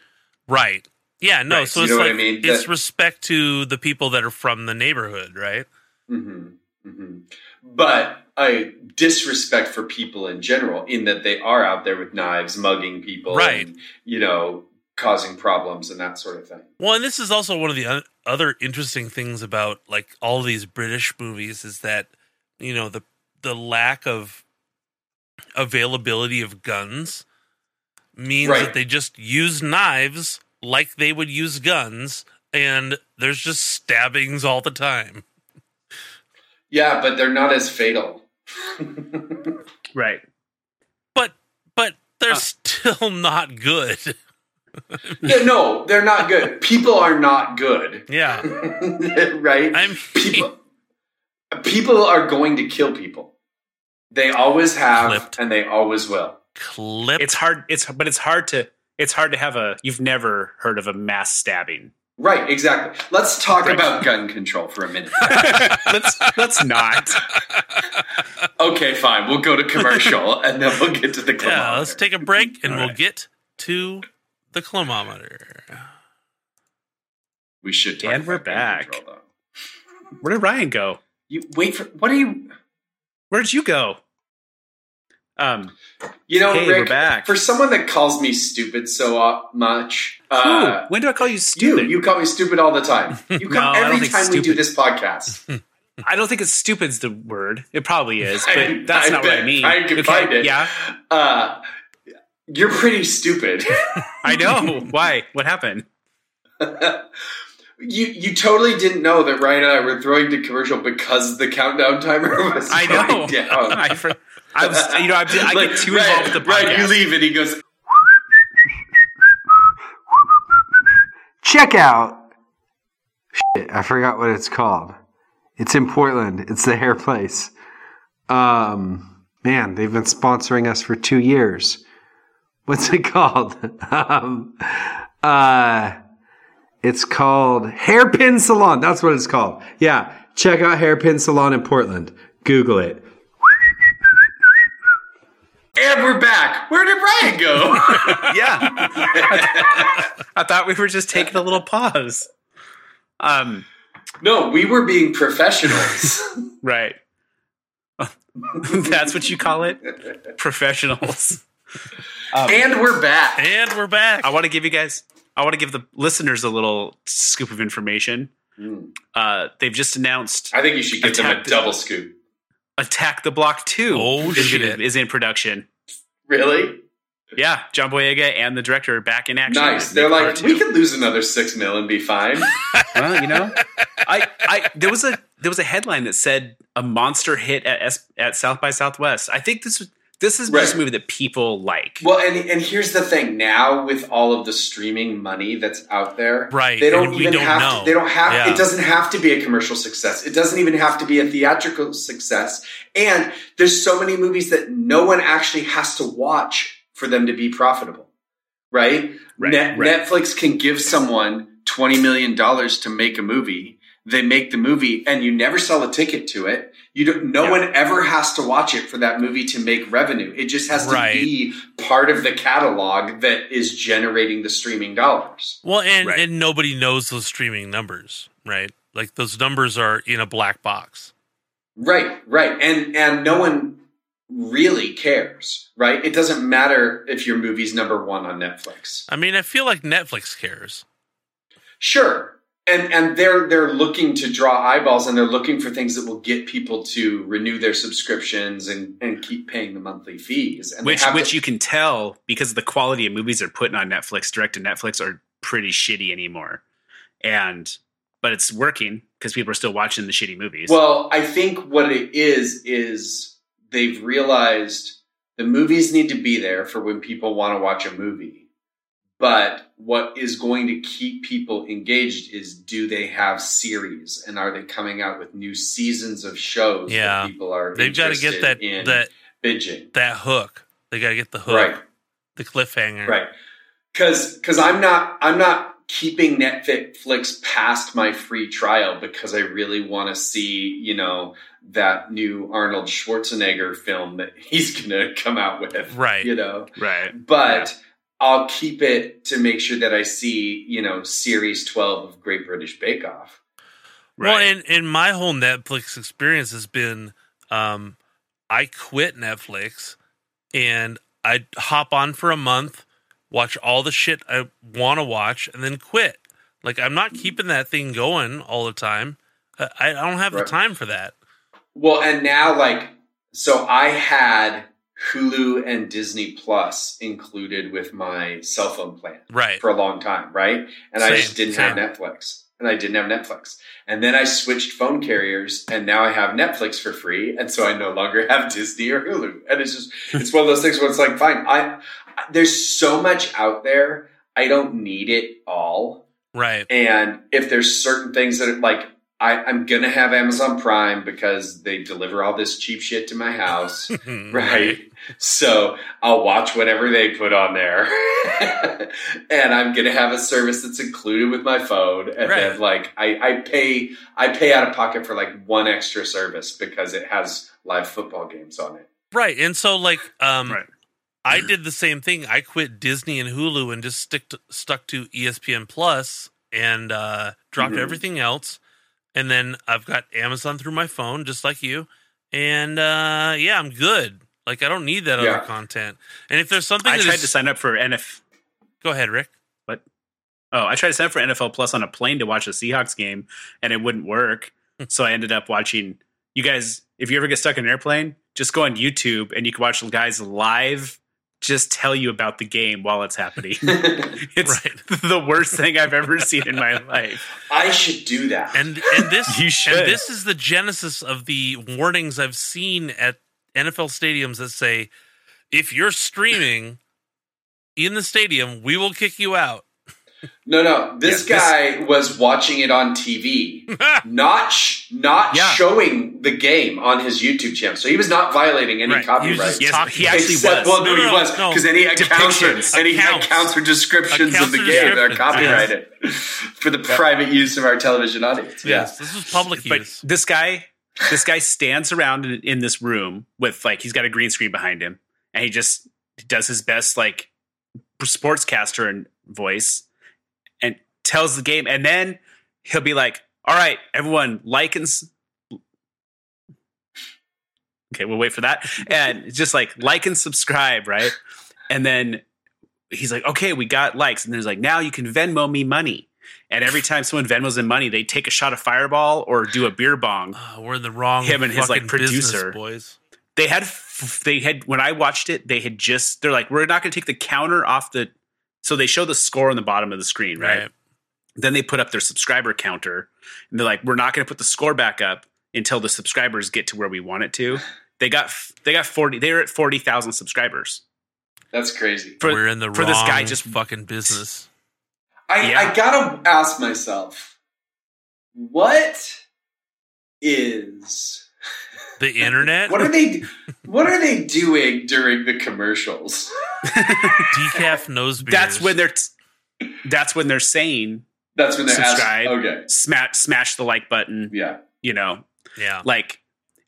Right. Yeah, no,
Right.
so
You
it's
know what I
like
mean?
it's
That-
respect to the people that are from the neighborhood, right?
hmm hmm But a disrespect for people in general, in that they are out there with knives, mugging people,
Right.
and, you know, causing problems and that sort of thing.
Well, and this is also one of the o- other interesting things about like all these British movies is that you know the the lack of availability of guns means
Right.
that they just use knives like they would use guns and there's just stabbings all the time.
Yeah, but they're not as fatal.
right.
But but they're
Uh.
still not good.
Yeah, no, they're not good. People are not good,
Yeah.
right?
I'm
people, people are going to kill people. They always have,
Clipped.
and they always will.
clipped.
It's hard it's but it's hard to it's hard to have a you've never heard of a mass stabbing.
Right, exactly. Let's talk
Right.
about gun control for a minute.
let's let's not.
okay, fine. We'll go to commercial, and then we'll get to the clip.
yeah, let's take a break and
All
we'll
right.
get to the climometer.
we should. Talk
And we're
about gun
back.
control, though.
Where did Ryan go?
you wait for what are you?
Where'd you go? Um
You know,
Hey, we're
Rick.
back.
For someone that calls me stupid so uh, much, uh,
who? when do I call you
you
stupid?
you call me stupid all the time. You
No,
call
I don't
every time
think
we do
stupid.
this podcast.
I don't think it's stupid's the word. It probably is, but
I-
that's
I
not what I
bet
mean.
Ryan can
Okay,
find it.
Yeah,
Uh, you're pretty stupid.
I know. Why? What happened?
You you totally didn't know that Ryan and I were throwing to commercial because the countdown timer was
I know.
going down.
I, for- I was, you know, I, I
Like,
get too
Ryan-
involved with the podcast.
Ryan, you leave and he goes,
Check out. Shit, I forgot what it's called. It's in Portland. It's the hair place. Um, man, they've been sponsoring us for two years. What's it called? um, uh, it's called Hairpin Salon. That's what it's called. Yeah, check out Hairpin Salon in Portland. Google it.
and we're back. Where did Ryan go?
yeah. I thought we were just taking a little pause. Um,
no, we were being professionals.
right. That's what you call it? Professionals.
and we're back.
And we're back.
I want to give you guys, I want to give the listeners a little scoop of information.
Mm.
Uh, they've just announced
I think you should give them a
Attacked.
double scoop.
Attack the Block 2
Oh,
is, gonna-
shit.
is in production.
Really?
Yeah, John Boyega and the director are back in action.
Nice.
Make
They're
part
like,
two.
we could lose another six mil and be fine.
well, you know, I, I there was a there was a headline that said a monster hit at S, at South by Southwest. I think this was- this is this
Right.
movie that people like.
Well, and and here's the thing. Now with all of the streaming money that's out there,
Right,
They don't
and we
even
don't
have.
know.
They don't have.
Yeah.
It doesn't have to be a commercial success. It doesn't even have to be a theatrical success. And there's so many movies that no one actually has to watch for them to be profitable, right?
Right,
Net-
right.
Netflix can give someone twenty million dollars to make a movie. They make the movie, and you never sell a ticket to it. You don't. No
Yeah.
one ever has to watch it for that movie to make revenue. It just has to
Right.
be part of the catalog that is generating the streaming dollars.
well, and,
Right.
and nobody knows those streaming numbers, right? Like those numbers are in a black box.
Right, right. And and no one really cares, right? It doesn't matter if your movie's number 1 on Netflix.
I mean, I feel like Netflix cares.
Sure. And and they're they're looking to draw eyeballs and they're looking for things that will get people to renew their subscriptions and and keep paying the monthly fees. And they
which
have
which
to-
you can tell because the quality of movies they're putting on Netflix, direct to Netflix, are pretty shitty anymore. And but it's working because people are still watching the shitty movies.
Well, I think what it is is they've realized the movies need to be there for when people want to watch a movie. But what is going to keep people engaged is do they have series and are they coming out with new seasons of shows
Yeah.
that people are
They've got to get
interested
that
in
that
binging.
that hook. They got to get the hook,
Right.
the cliffhanger.
Right. Cause, cause I'm not, I'm not keeping Netflix past my free trial because I really want to see, you know, that new Arnold Schwarzenegger film that he's going to come out with,
Right.
you know,
right.
but I'll keep it to make sure that I see, you know, series 12 of Great British Bake Off.
Well,
Right.
and, and my whole Netflix experience has been um, I quit Netflix and I hop on for a month, watch all the shit I want to watch, and then quit. Like, I'm not keeping that thing going all the time. I, I don't have
Right.
the time for that.
Well, and now like, so I had Hulu and Disney Plus included with my cell phone plan.
Right.
for a long time, right? And I
Same,
just didn't have
same.
Netflix. And I didn't have Netflix. And then I switched phone carriers and now I have Netflix for free. And so I no longer have Disney or Hulu. And it's just it's one of those things where it's like, fine, I I- there's so much out there. I don't need it all.
Right.
And if there's certain things that are like I, I'm gonna have Amazon Prime because they deliver all this cheap shit to my house. Right. So I'll watch whatever they put on there. and I'm gonna have a service that's included with my phone. And
Right.
then like I, I pay I pay out of pocket for like one extra service because it has live football games on it.
Right. And so, like, um,
Right.
I did the same thing. I quit Disney and Hulu and just stick to, stuck to E ESPN Plus and uh,
Mhm.
dropped
Mm-hmm.
everything else. And then I've got Amazon through my phone, just like you. And uh, yeah, I'm good. Like I don't need that
Yeah.
other content. And if there's something
I
that
tried
is-
to sign up for NF.
go ahead, Rick.
Oh, I tried to sign up for NFL Plus on a plane to watch a Seahawks game, and it wouldn't work. so I ended up watching. You guys, if you ever get stuck in an airplane, just go on YouTube and you can watch the guys live just tell you about the game while it's happening. It's the worst thing I've ever seen in my life.
I should do that.
And and this
You should.
and this is the genesis of the warnings I've seen at NFL stadiums that say if you're streaming in the stadium, we will kick you out.
no, no, this
Yeah,
guy was watching it on TV, not sh- not
Yeah.
showing the game on his YouTube channel. So he was not violating any
Right. He was
copyright.
just Yes, talking. he actually
Except,
was.
Well, no,
No,
he
no,
was
no.
because any accounts or,
Depictions.
any accounts.
Accounts.
or descriptions
Accounts
of the
or
game are
descriptions,
copyrighted for the private use of our television audience.
Yes, this was public use.
But this guy, this guy stands around in, in this room with like he's got a green screen behind him, and he just does his best like sportscaster and voice, and tells the game, and then he'll be like, "All right, everyone, like and." s- Okay, we'll wait for that, and just like like and subscribe, right? And then he's like, "Okay, we got likes," and then he's like, "Now you can Venmo me money." And every time someone Venmos in money, they take a shot of Fireball or do a beer bong.
Uh, we're in the wrong
Him and his, like,
fucking business,
producer.
boys.
They had, f- they had when I watched it, they had just they're like, we're not going to take the counter off the. So they show the score on the bottom of the screen, right?
Right.
Then they put up their subscriber counter, and they're like, we're not going to put the score back up until the subscribers get to where we want it to. They got f- they got forty. They were at forty thousand subscribers.
That's crazy.
For-
we're in the
for
wrong
this guy just-
fucking business.
I,
Yeah.
I gotta ask myself, what is
The internet
what are they what are they doing during the commercials?
decaf nose beers.
That's when they're. t- that's when they're saying
That's when they're
Subscribe.
asking. Okay,
smash smash the like button.
yeah,
You know,
yeah.
like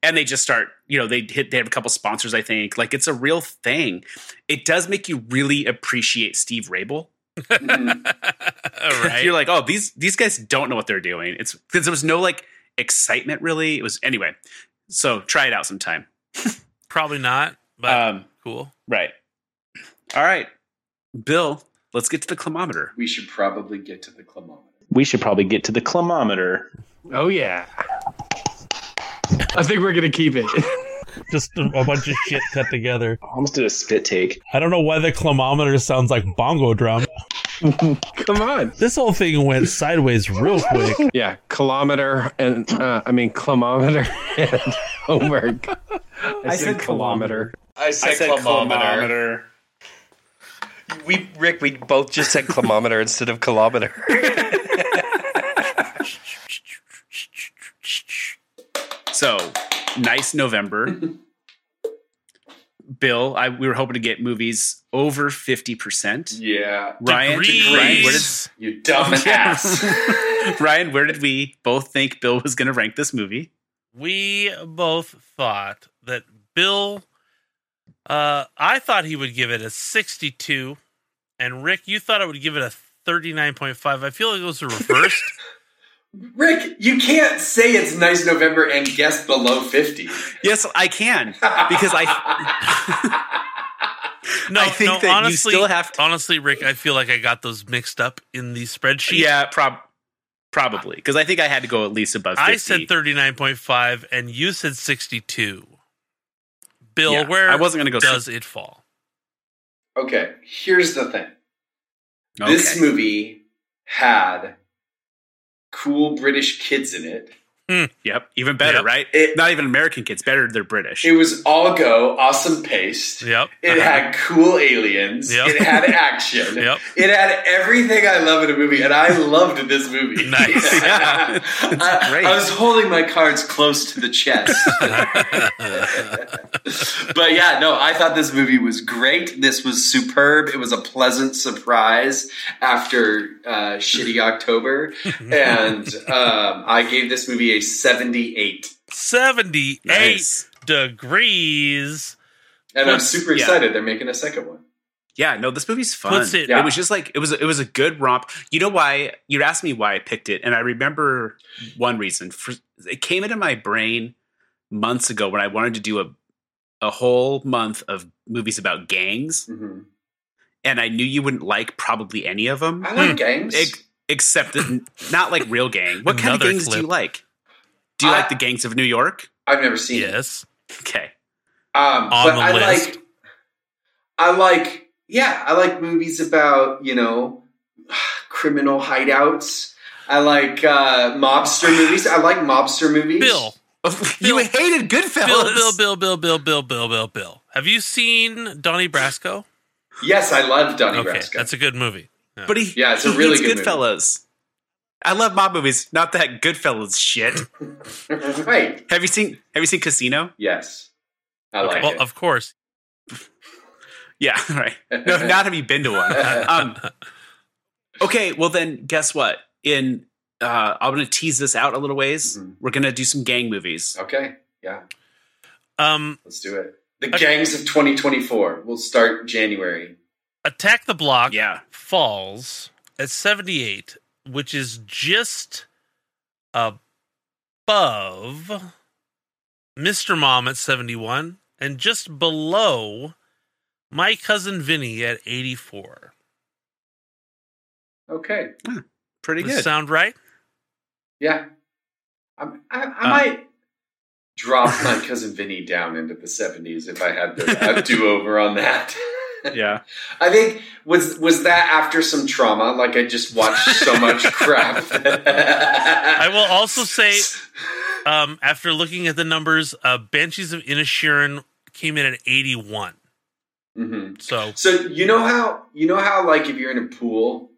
and they just start you know they hit they have a couple sponsors i think like it's a real thing it does make you really appreciate steve rabel
Mhm.
right.
you're like oh these these guys don't know what they're doing it's because there was no like excitement really it was anyway so try it out sometime
Probably not, but
um
cool.
right all right bill let's get to the climometer
we should probably get to the climometer.
We should probably get to the climometer.
Oh yeah. I think we're gonna keep it.
just a a bunch of shit cut together.
Almost did a spit take.
I don't know why the climometer sounds like bongo drum.
Come on.
This whole thing went sideways real quick.
Yeah, kilometer and uh, I mean climometer and homework. I,
said
I said, climometer.
We Rick, we both just said climometer instead of kilometer.
so nice november bill i we were hoping to get movies over 50%
Yeah,
Ryan,
Degrees.
Ryan, where did
you dumbass.
Ryan, where did we both think Bill was going to rank this movie?
we both thought that Bill uh I thought he would give it a 62 and Rick you thought I would give it a 39.5. I feel like it was reversed.
Rick, you can't say it's nice November and guess below fifty.
Yes, I can because I
No,
I think
no,
that you
honestly
still have to-
Honestly, Rick, I feel like I got those mixed up in the spreadsheet.
yeah prob- probably because I think I had to go at least above. 50.
I said 39.5 and you said 62. Bill,
Yeah,
where
I wasn't going to go.
does it fall?
Okay, here's the thing.
Okay.
This movie had cool British kids in it.
Yep, even better,
Yep.
right?
It-
Not even American kids, better they're British.
It was all go, awesome pace.
Yep.
It had cool aliens.
Yep.
It had action.
Yep.
It had everything I love in a movie, and I loved this movie.
Nice.
Yeah.
I,
great.
I was holding my cards close to the chest. but yeah, no, I thought this movie was great. This was superb. It was a pleasant surprise after uh, shitty October. And um, I gave this movie a 78.
78
Nice.
degrees.
And I'm super
Yeah.
excited they're making a second one.
Yeah, no, this movie's fun.
Puts it-
it, was just like it was. It was a good romp. You know why? You asked me why I picked it, and I remember one reason. For, it came into my brain months ago when I wanted to do a a whole month of movies about gangs,
hmm
and I knew you wouldn't like probably any of them,
I like games.
ex- except that, not like real gang. What kind of
Another
gangs do
clip.
you like? Do you
I-
like the gangs of New York?
I've never seen it.
Yes.
Okay,
Um,
On
but
the
I
list.
like. I like, yeah, I like movies about, you know, criminal hideouts. I like uh, mobster movies. I like mobster movies.
Bill,
you hated Goodfellas.
Bill, Bill, Bill, Bill, Bill, Bill, Bill, Bill, Bill. Have you seen Donnie Brasco?
Yes, I love Donnie
okay,
Brasco.
that's a good movie. Yeah.
But he,
Yeah, it's a
he
really
hates
good movie.
Goodfellas. I love mob movies, not that Goodfellas shit.
right.
Have you seen Have you seen Casino?
Yes. I like
well,
it.
of course.
Yeah, right.
uh,
No, not have you been to one. Um, okay, well then, guess what? In uh, I'm going to tease this out a little ways.
Mhm.
We're going to do some gang movies.
okay. Yeah.
Um,
Let's do it. The
Okay.
gangs of 2024. We'll start January.
Attack the Block
Yeah,
falls at 78, which is just above Mr. Mom at 71 and just below my cousin Vinny at 84.
Okay.
pretty
Does
good.
sound right?
Yeah. I'm, I, I
Uh.
might drop my cousin Vinny down into the 70s if I had the, a do over on that.
yeah,
I think was was that after some trauma? Like I just watched so much crap.
I will also say, um, after looking at the numbers, uh, Banshees of Inisherin came in at 81.
hmm
So,
So you know how you know how like if you're in a pool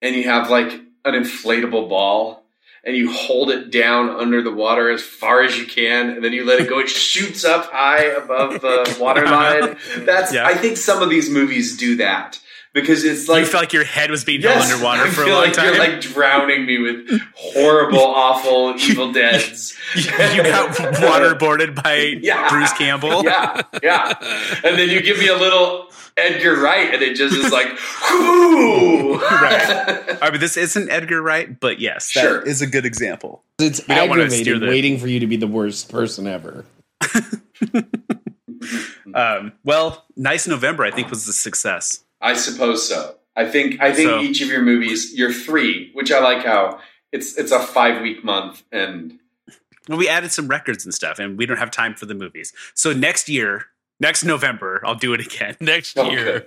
and you have like an inflatable ball and you hold it down under the water as far as you can and then you let it go it shoots up high above the water line that's
Yeah.
i think some of these movies do that because it's like
you felt like your head was being
Yes,
held underwater
I
for a
feel
long
like
time.
you're like drowning me with horrible awful evil deads
you got waterboarded by
Yeah.
Bruce Campbell.
yeah, yeah. And then you give me a little Edgar Wright, and it just is like, whoo!
Right. I mean, this isn't Edgar Wright, but yes, that is
Sure.
a good example.
It's
We don't wanna steer
aggravating
the-
waiting for you to be the worst person ever.
Um, well, nice November, I think, was a success.
I suppose so. I think I think
So-
each of your movies, your three, which I like how it's it's a five week month, and
Well, we added some records and stuff, and we don't have time for the movies. So next year, next November, I'll do it again.
next
Okay.
year,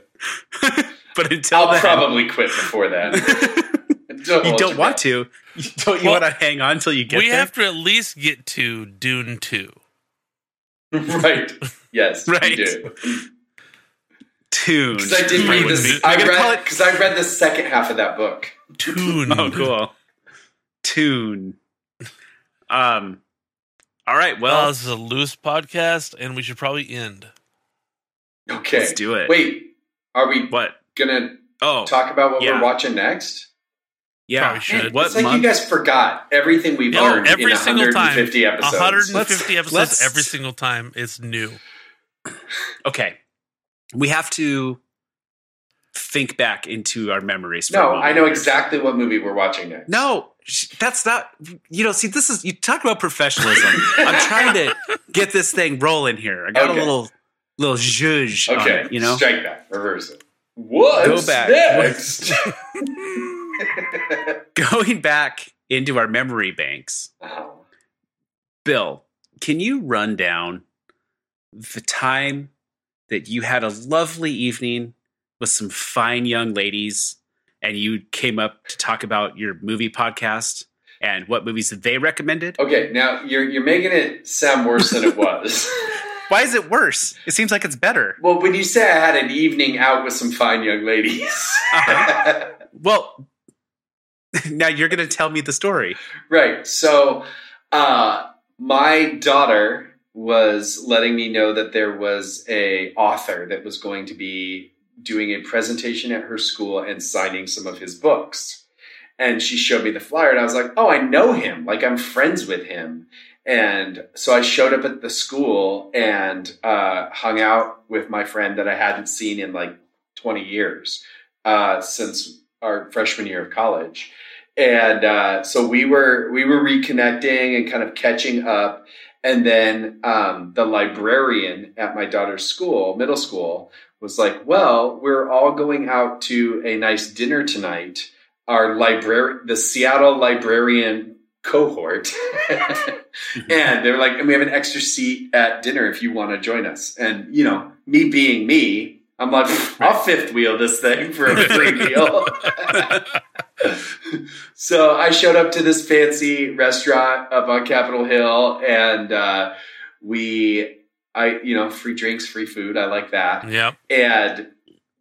but until
I'll
then,
probably quit before that.
you don't want to. You don't you
Well,
want to hang on until you get
we
there?
have to at least get to Dune 2.
right? Yes,
Right.
right. You do.
Tune.
Because I did read
Would
this.
be-
I
I'm gonna call
read
it-
because I read the second half of that book.
Tune.
Oh, cool. Tune. Um. All right.
Well,
Well,
this is a loose podcast, and we should probably end.
Okay,
let's do it.
Wait, are we
What?
gonna
Oh,
talk about what
Yeah.
we're watching next?
yeah.
Probably should.
What
it's like
month?
you guys forgot everything we've
Yeah,
learned
every
in
single time.
150 episodes.
150 episodes
let's-
every single time. It's new.
okay. We have to think back into our memories. For a
no,
moment
I know
here.
exactly what movie we're watching next.
No, sh- that's not. You know, see, this is you talk about professionalism. I'm trying to get this thing rolling here. I got
Okay.
a little little zhuzh on
Okay,
it, you know.
strike that, reverse it. What?
Go back.
next?
Going back into our memory banks,
Oh,
Bill, can you run down the time that you had a lovely evening with some fine young ladies, and you came up to talk about your movie podcast and what movies they recommended?
okay, now you're you're making it sound worse than it was.
Why is it worse? It seems like it's better.
well, when you say I had an evening out with some fine young ladies,
Uh-huh. Well, now you're going to tell me the story.
Right. So, uh, my daughter was letting me know that there was a author that was going to be doing a presentation at her school and signing some of his books. And she showed me the flyer and I was like, "Oh, I know him. Like I'm friends with him." And so I showed up at the school and uh, hung out with my friend that I hadn't seen in like 20 years uh, since our freshman year of college and uh, so we were we were reconnecting and kind of catching up and then um, the librarian at my daughter's school middle school was like well we're all going out to a nice dinner tonight our library the seattle librarian cohort and they were like and we have an extra seat at dinner if you want to join us and you know me being me I'm like, "Pfft, I'll fifth wheel this thing for a free meal. so I showed up to this fancy restaurant up on Capitol Hill, and uh, we, I, you know, free drinks, free food. I like that.
Yep.
And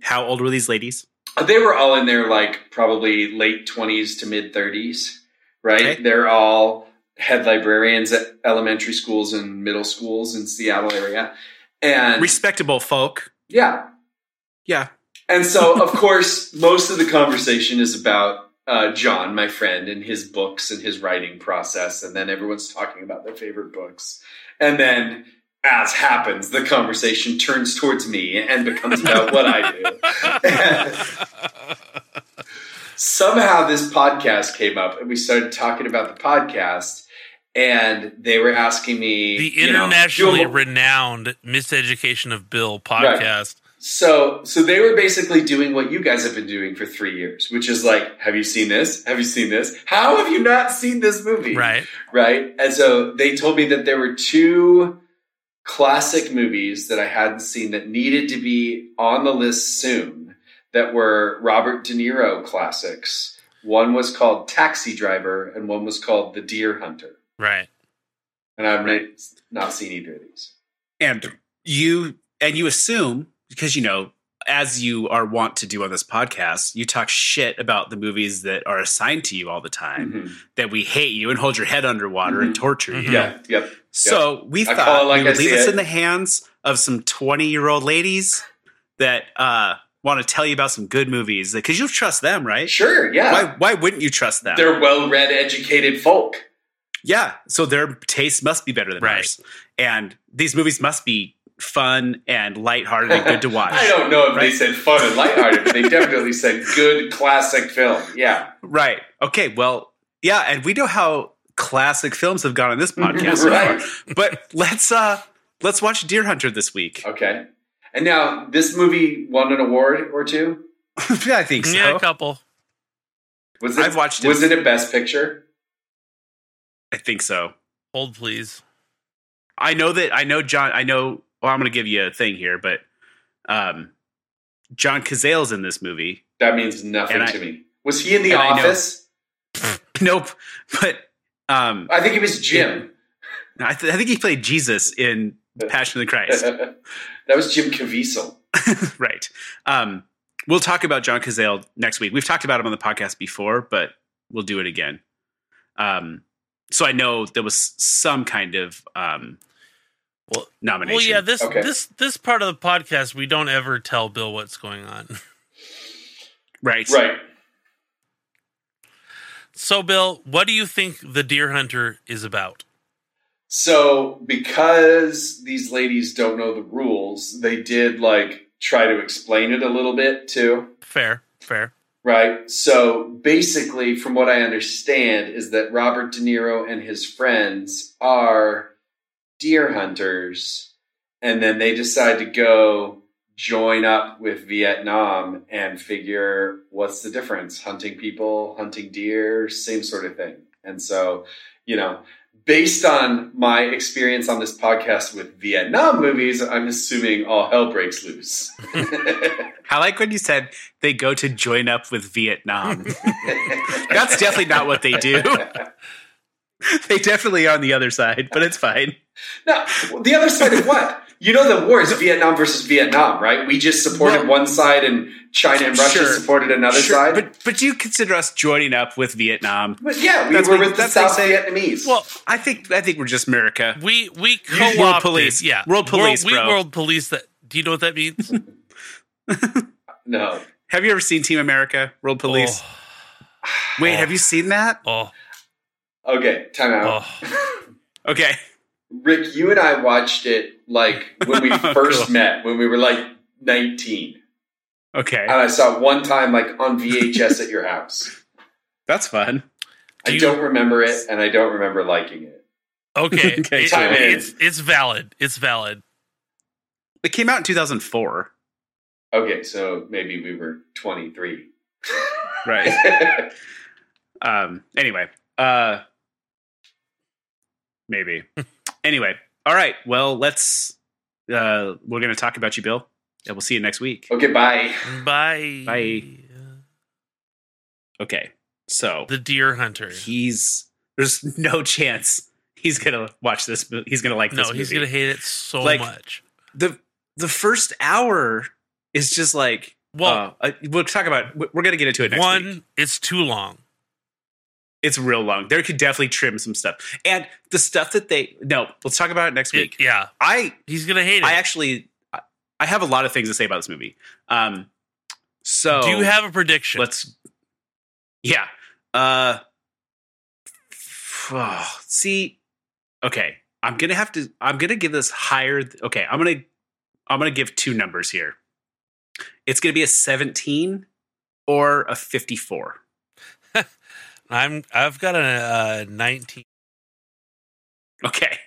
How old were these ladies?
they were all in their like probably late 20s to mid 30s right
Okay.
they're all head librarians at elementary schools and middle schools in seattle area and
Respectable folk.
yeah
Yeah.
and so of course most of the conversation is about uh, john my friend and his books and his writing process and then everyone's talking about their favorite books and then as happens the conversation turns towards me and becomes about what i do somehow this podcast came up and we started talking about the podcast and they were asking me
the
you know,
internationally
doable-
renowned Miseducation of Bill podcast.
so so they were basically doing what you guys have been doing for three years which is like have you seen this have you seen this how have you not seen this movie
Right.
right and so they told me that there were two classic movies that i hadn't seen that needed to be on the list soon that were robert de niro classics one was called taxi driver and one was called the deer hunter
Right.
and i've not- not seen either of these
And you and you assume because you know as you are wont to do on this podcast, you talk shit about the movies that are assigned to you all the time
Mm-hmm.
that we hate you and hold your head underwater and torture you.
Mhm.
yeah yep
So we
I
thought
call it like
we would
I
leave
see
this
it.
in the hands of some 20 year old ladies that uh, want to tell you about some good movies because you'll trust them, right?
sure yeah
Why, why wouldn't you trust them?
They're well read, educated folk.
yeah. So their taste must be better than
Right.
ours. And these movies must be fun and lighthearted and good to watch.
I don't know if they
Right.
said fun and lighthearted, but they definitely said good classic film. Yeah.
Right. Okay. Well, yeah. And we know how classic films have gone on this podcast. so far.
Right.
But let's, uh, let's watch Deer Hunter this week.
Okay. And now this movie won an award or two.
yeah, I think so.
Yeah, a couple.
Was it
I've watched it.
Was it a best picture?
I think so.
Hold please.
I know that I know John. I know. Well, I'm going to give you a thing here, but um, John Cazale's in this movie.
That means nothing
And I-
to me. Was he in the
and I know-
office?
Nope. But um,
I, think it was Jim.
I, th- I think he played Jesus in Passion of the Christ.
that was Jim Caviezel.
right. Um, we'll talk about John Cazale next week. We've talked about him on the podcast before, but we'll do it again. Um, so I know there was some kind of um,
Well-
nomination.
Well, yeah, this
Okay.
this this part of the podcast we don't ever tell Bill what's going on.
right.
Right.
So Bill, what do you think The Deer Hunter is about?
So, because these ladies don't know the rules, they did like try to explain it a little bit too.
Fair, fair.
Right. So basically, from what I understand, is that Robert De Niro and his friends are deer hunters, and then they decide to go join up with Vietnam and figure what's the difference hunting people, hunting deer, same sort of thing. And so, you know, based on my experience on this podcast with Vietnam movies, I'm assuming all hell breaks loose.
I like when you said they go to join up with Vietnam. That's definitely not what they do. they definitely are on the other side, but it's fine.
No, the other side of what? You know the war is Vietnam versus Vietnam, right? We just supported one side, and China and Russia
Sure.
supported another
Sure,
side. But,
but but do you consider us joining up with Vietnam?
yeah, we
That's
were
what-
with the
that's what
South
they say.
Vietnamese.
Well,
I think I think we're just America.
we we
World
co-opted,
police.
yeah,
World police,
World,
bro.
We world police that. Do you know what that means?
no,
Have you ever seen Team America? World Police.
Oh,
Wait, have you seen that?
oh,
okay, time out.
oh.
Okay.
Rick, you and I watched it like when we first
Cool.
met, when we were like nineteen,
Okay.
and I saw it one time like on VHS at your house.
That's fun.
I
Do you-
don't remember it, and I don't remember liking it.
Okay,
Okay,
It-
time in.
it's it's valid. It's valid.
It came out in 2004.
Okay, so maybe we were twenty three.
Right. um anyway uh maybe anyway all right well let's uh we're gonna talk about you bill And we'll see you next week.
Okay, bye.
Bye.
Bye. Okay. So
The deer hunter.
he's there's no chance he's gonna watch this. mo- He's gonna like
no,
this.
he's
movie.
gonna hate it so
Like-
much.
the the first hour is just like
Well,
uh, I- we'll talk about we're gonna get into it next
one,
week.
it's too long.
it's real long there could definitely trim some stuff and the stuff that they no let's talk about it next
It-
week
yeah,
i
he's gonna hate it.
i actually I- i have a lot of things to say about this movie um so
Do you have a prediction?
let's yeah uh f- oh, see okay i'm gonna have to i'm gonna give this higher th- okay i'm gonna i'm gonna give two numbers here it's gonna be a 17 or a 54
I'm. I've got a uh, 19.
okay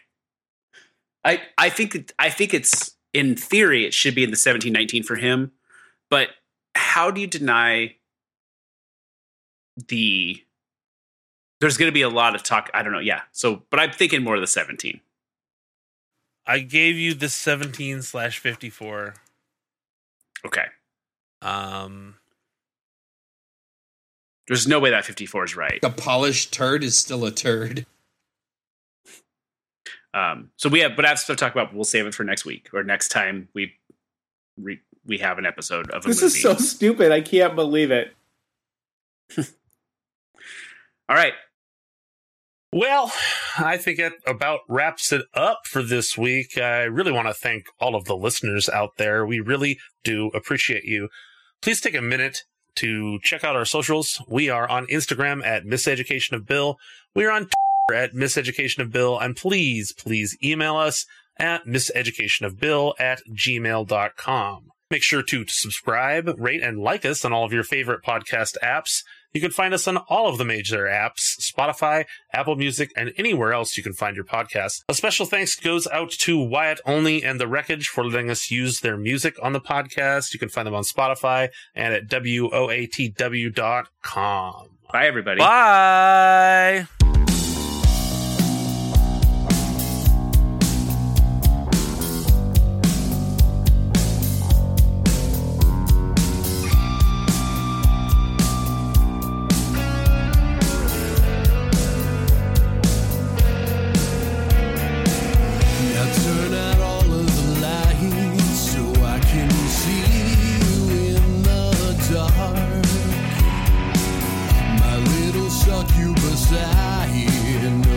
i i think that- i think it's in theory it should be in the 17 19 for him but how do you deny the there's going to be a lot of talk i don't know yeah so but i'm thinking more of the 17
I gave you the 17 slash 54.
okay
Um,
there's no way that 54 is right
The polished turd is still a turd.
um so we have but i have stuff to talk about but we'll save it for next week or next time we re, we have an episode of a
This
movie
is so stupid. I can't believe it.
all right
well,
I think that about wraps it up for this week. I really want to thank all of the listeners out there. We really do appreciate you. Please take a minute to check out our socials. We are on Instagram at Miseducation of Bill. We are on Twitter at Miseducation of Bill. And please, please email us at miseducationofbill at gmail.com. Make sure to subscribe, rate, and like us on all of your favorite podcast apps. You can find us on all of the major apps Spotify, Apple Music, and anywhere else you can find your podcast. A special thanks goes out to Wyatt Only and The Wreckage for letting us use their music on the podcast. You can find them on Spotify and at WOATW.com.
bye everybody
bye.
Now turn out all of the lights so I can see you in the dark. My little succubus eyes.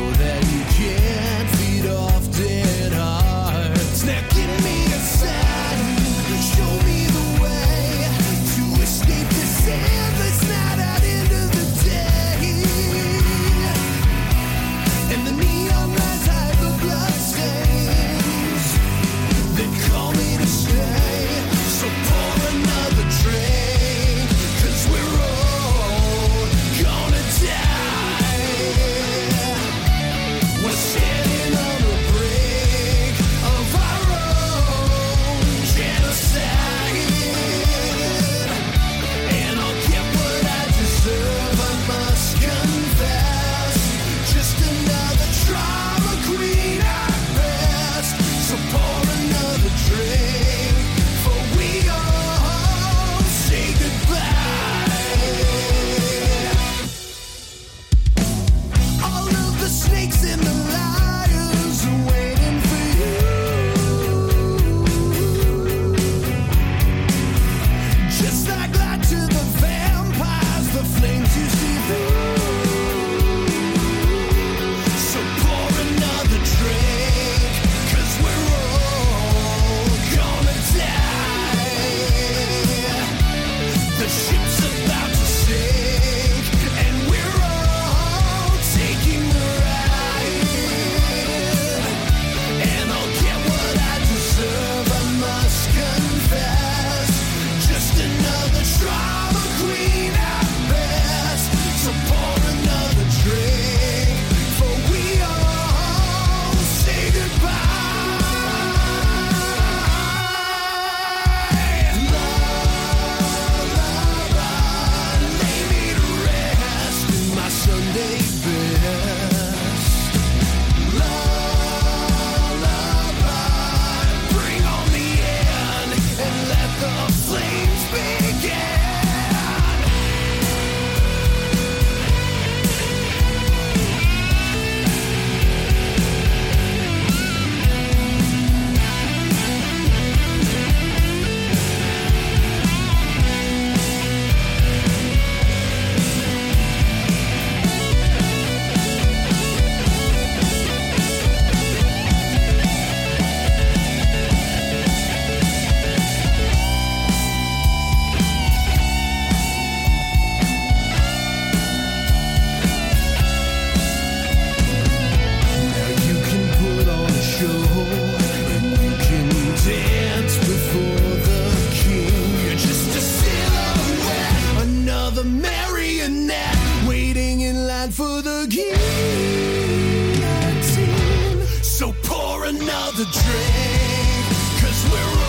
another drink, cause we're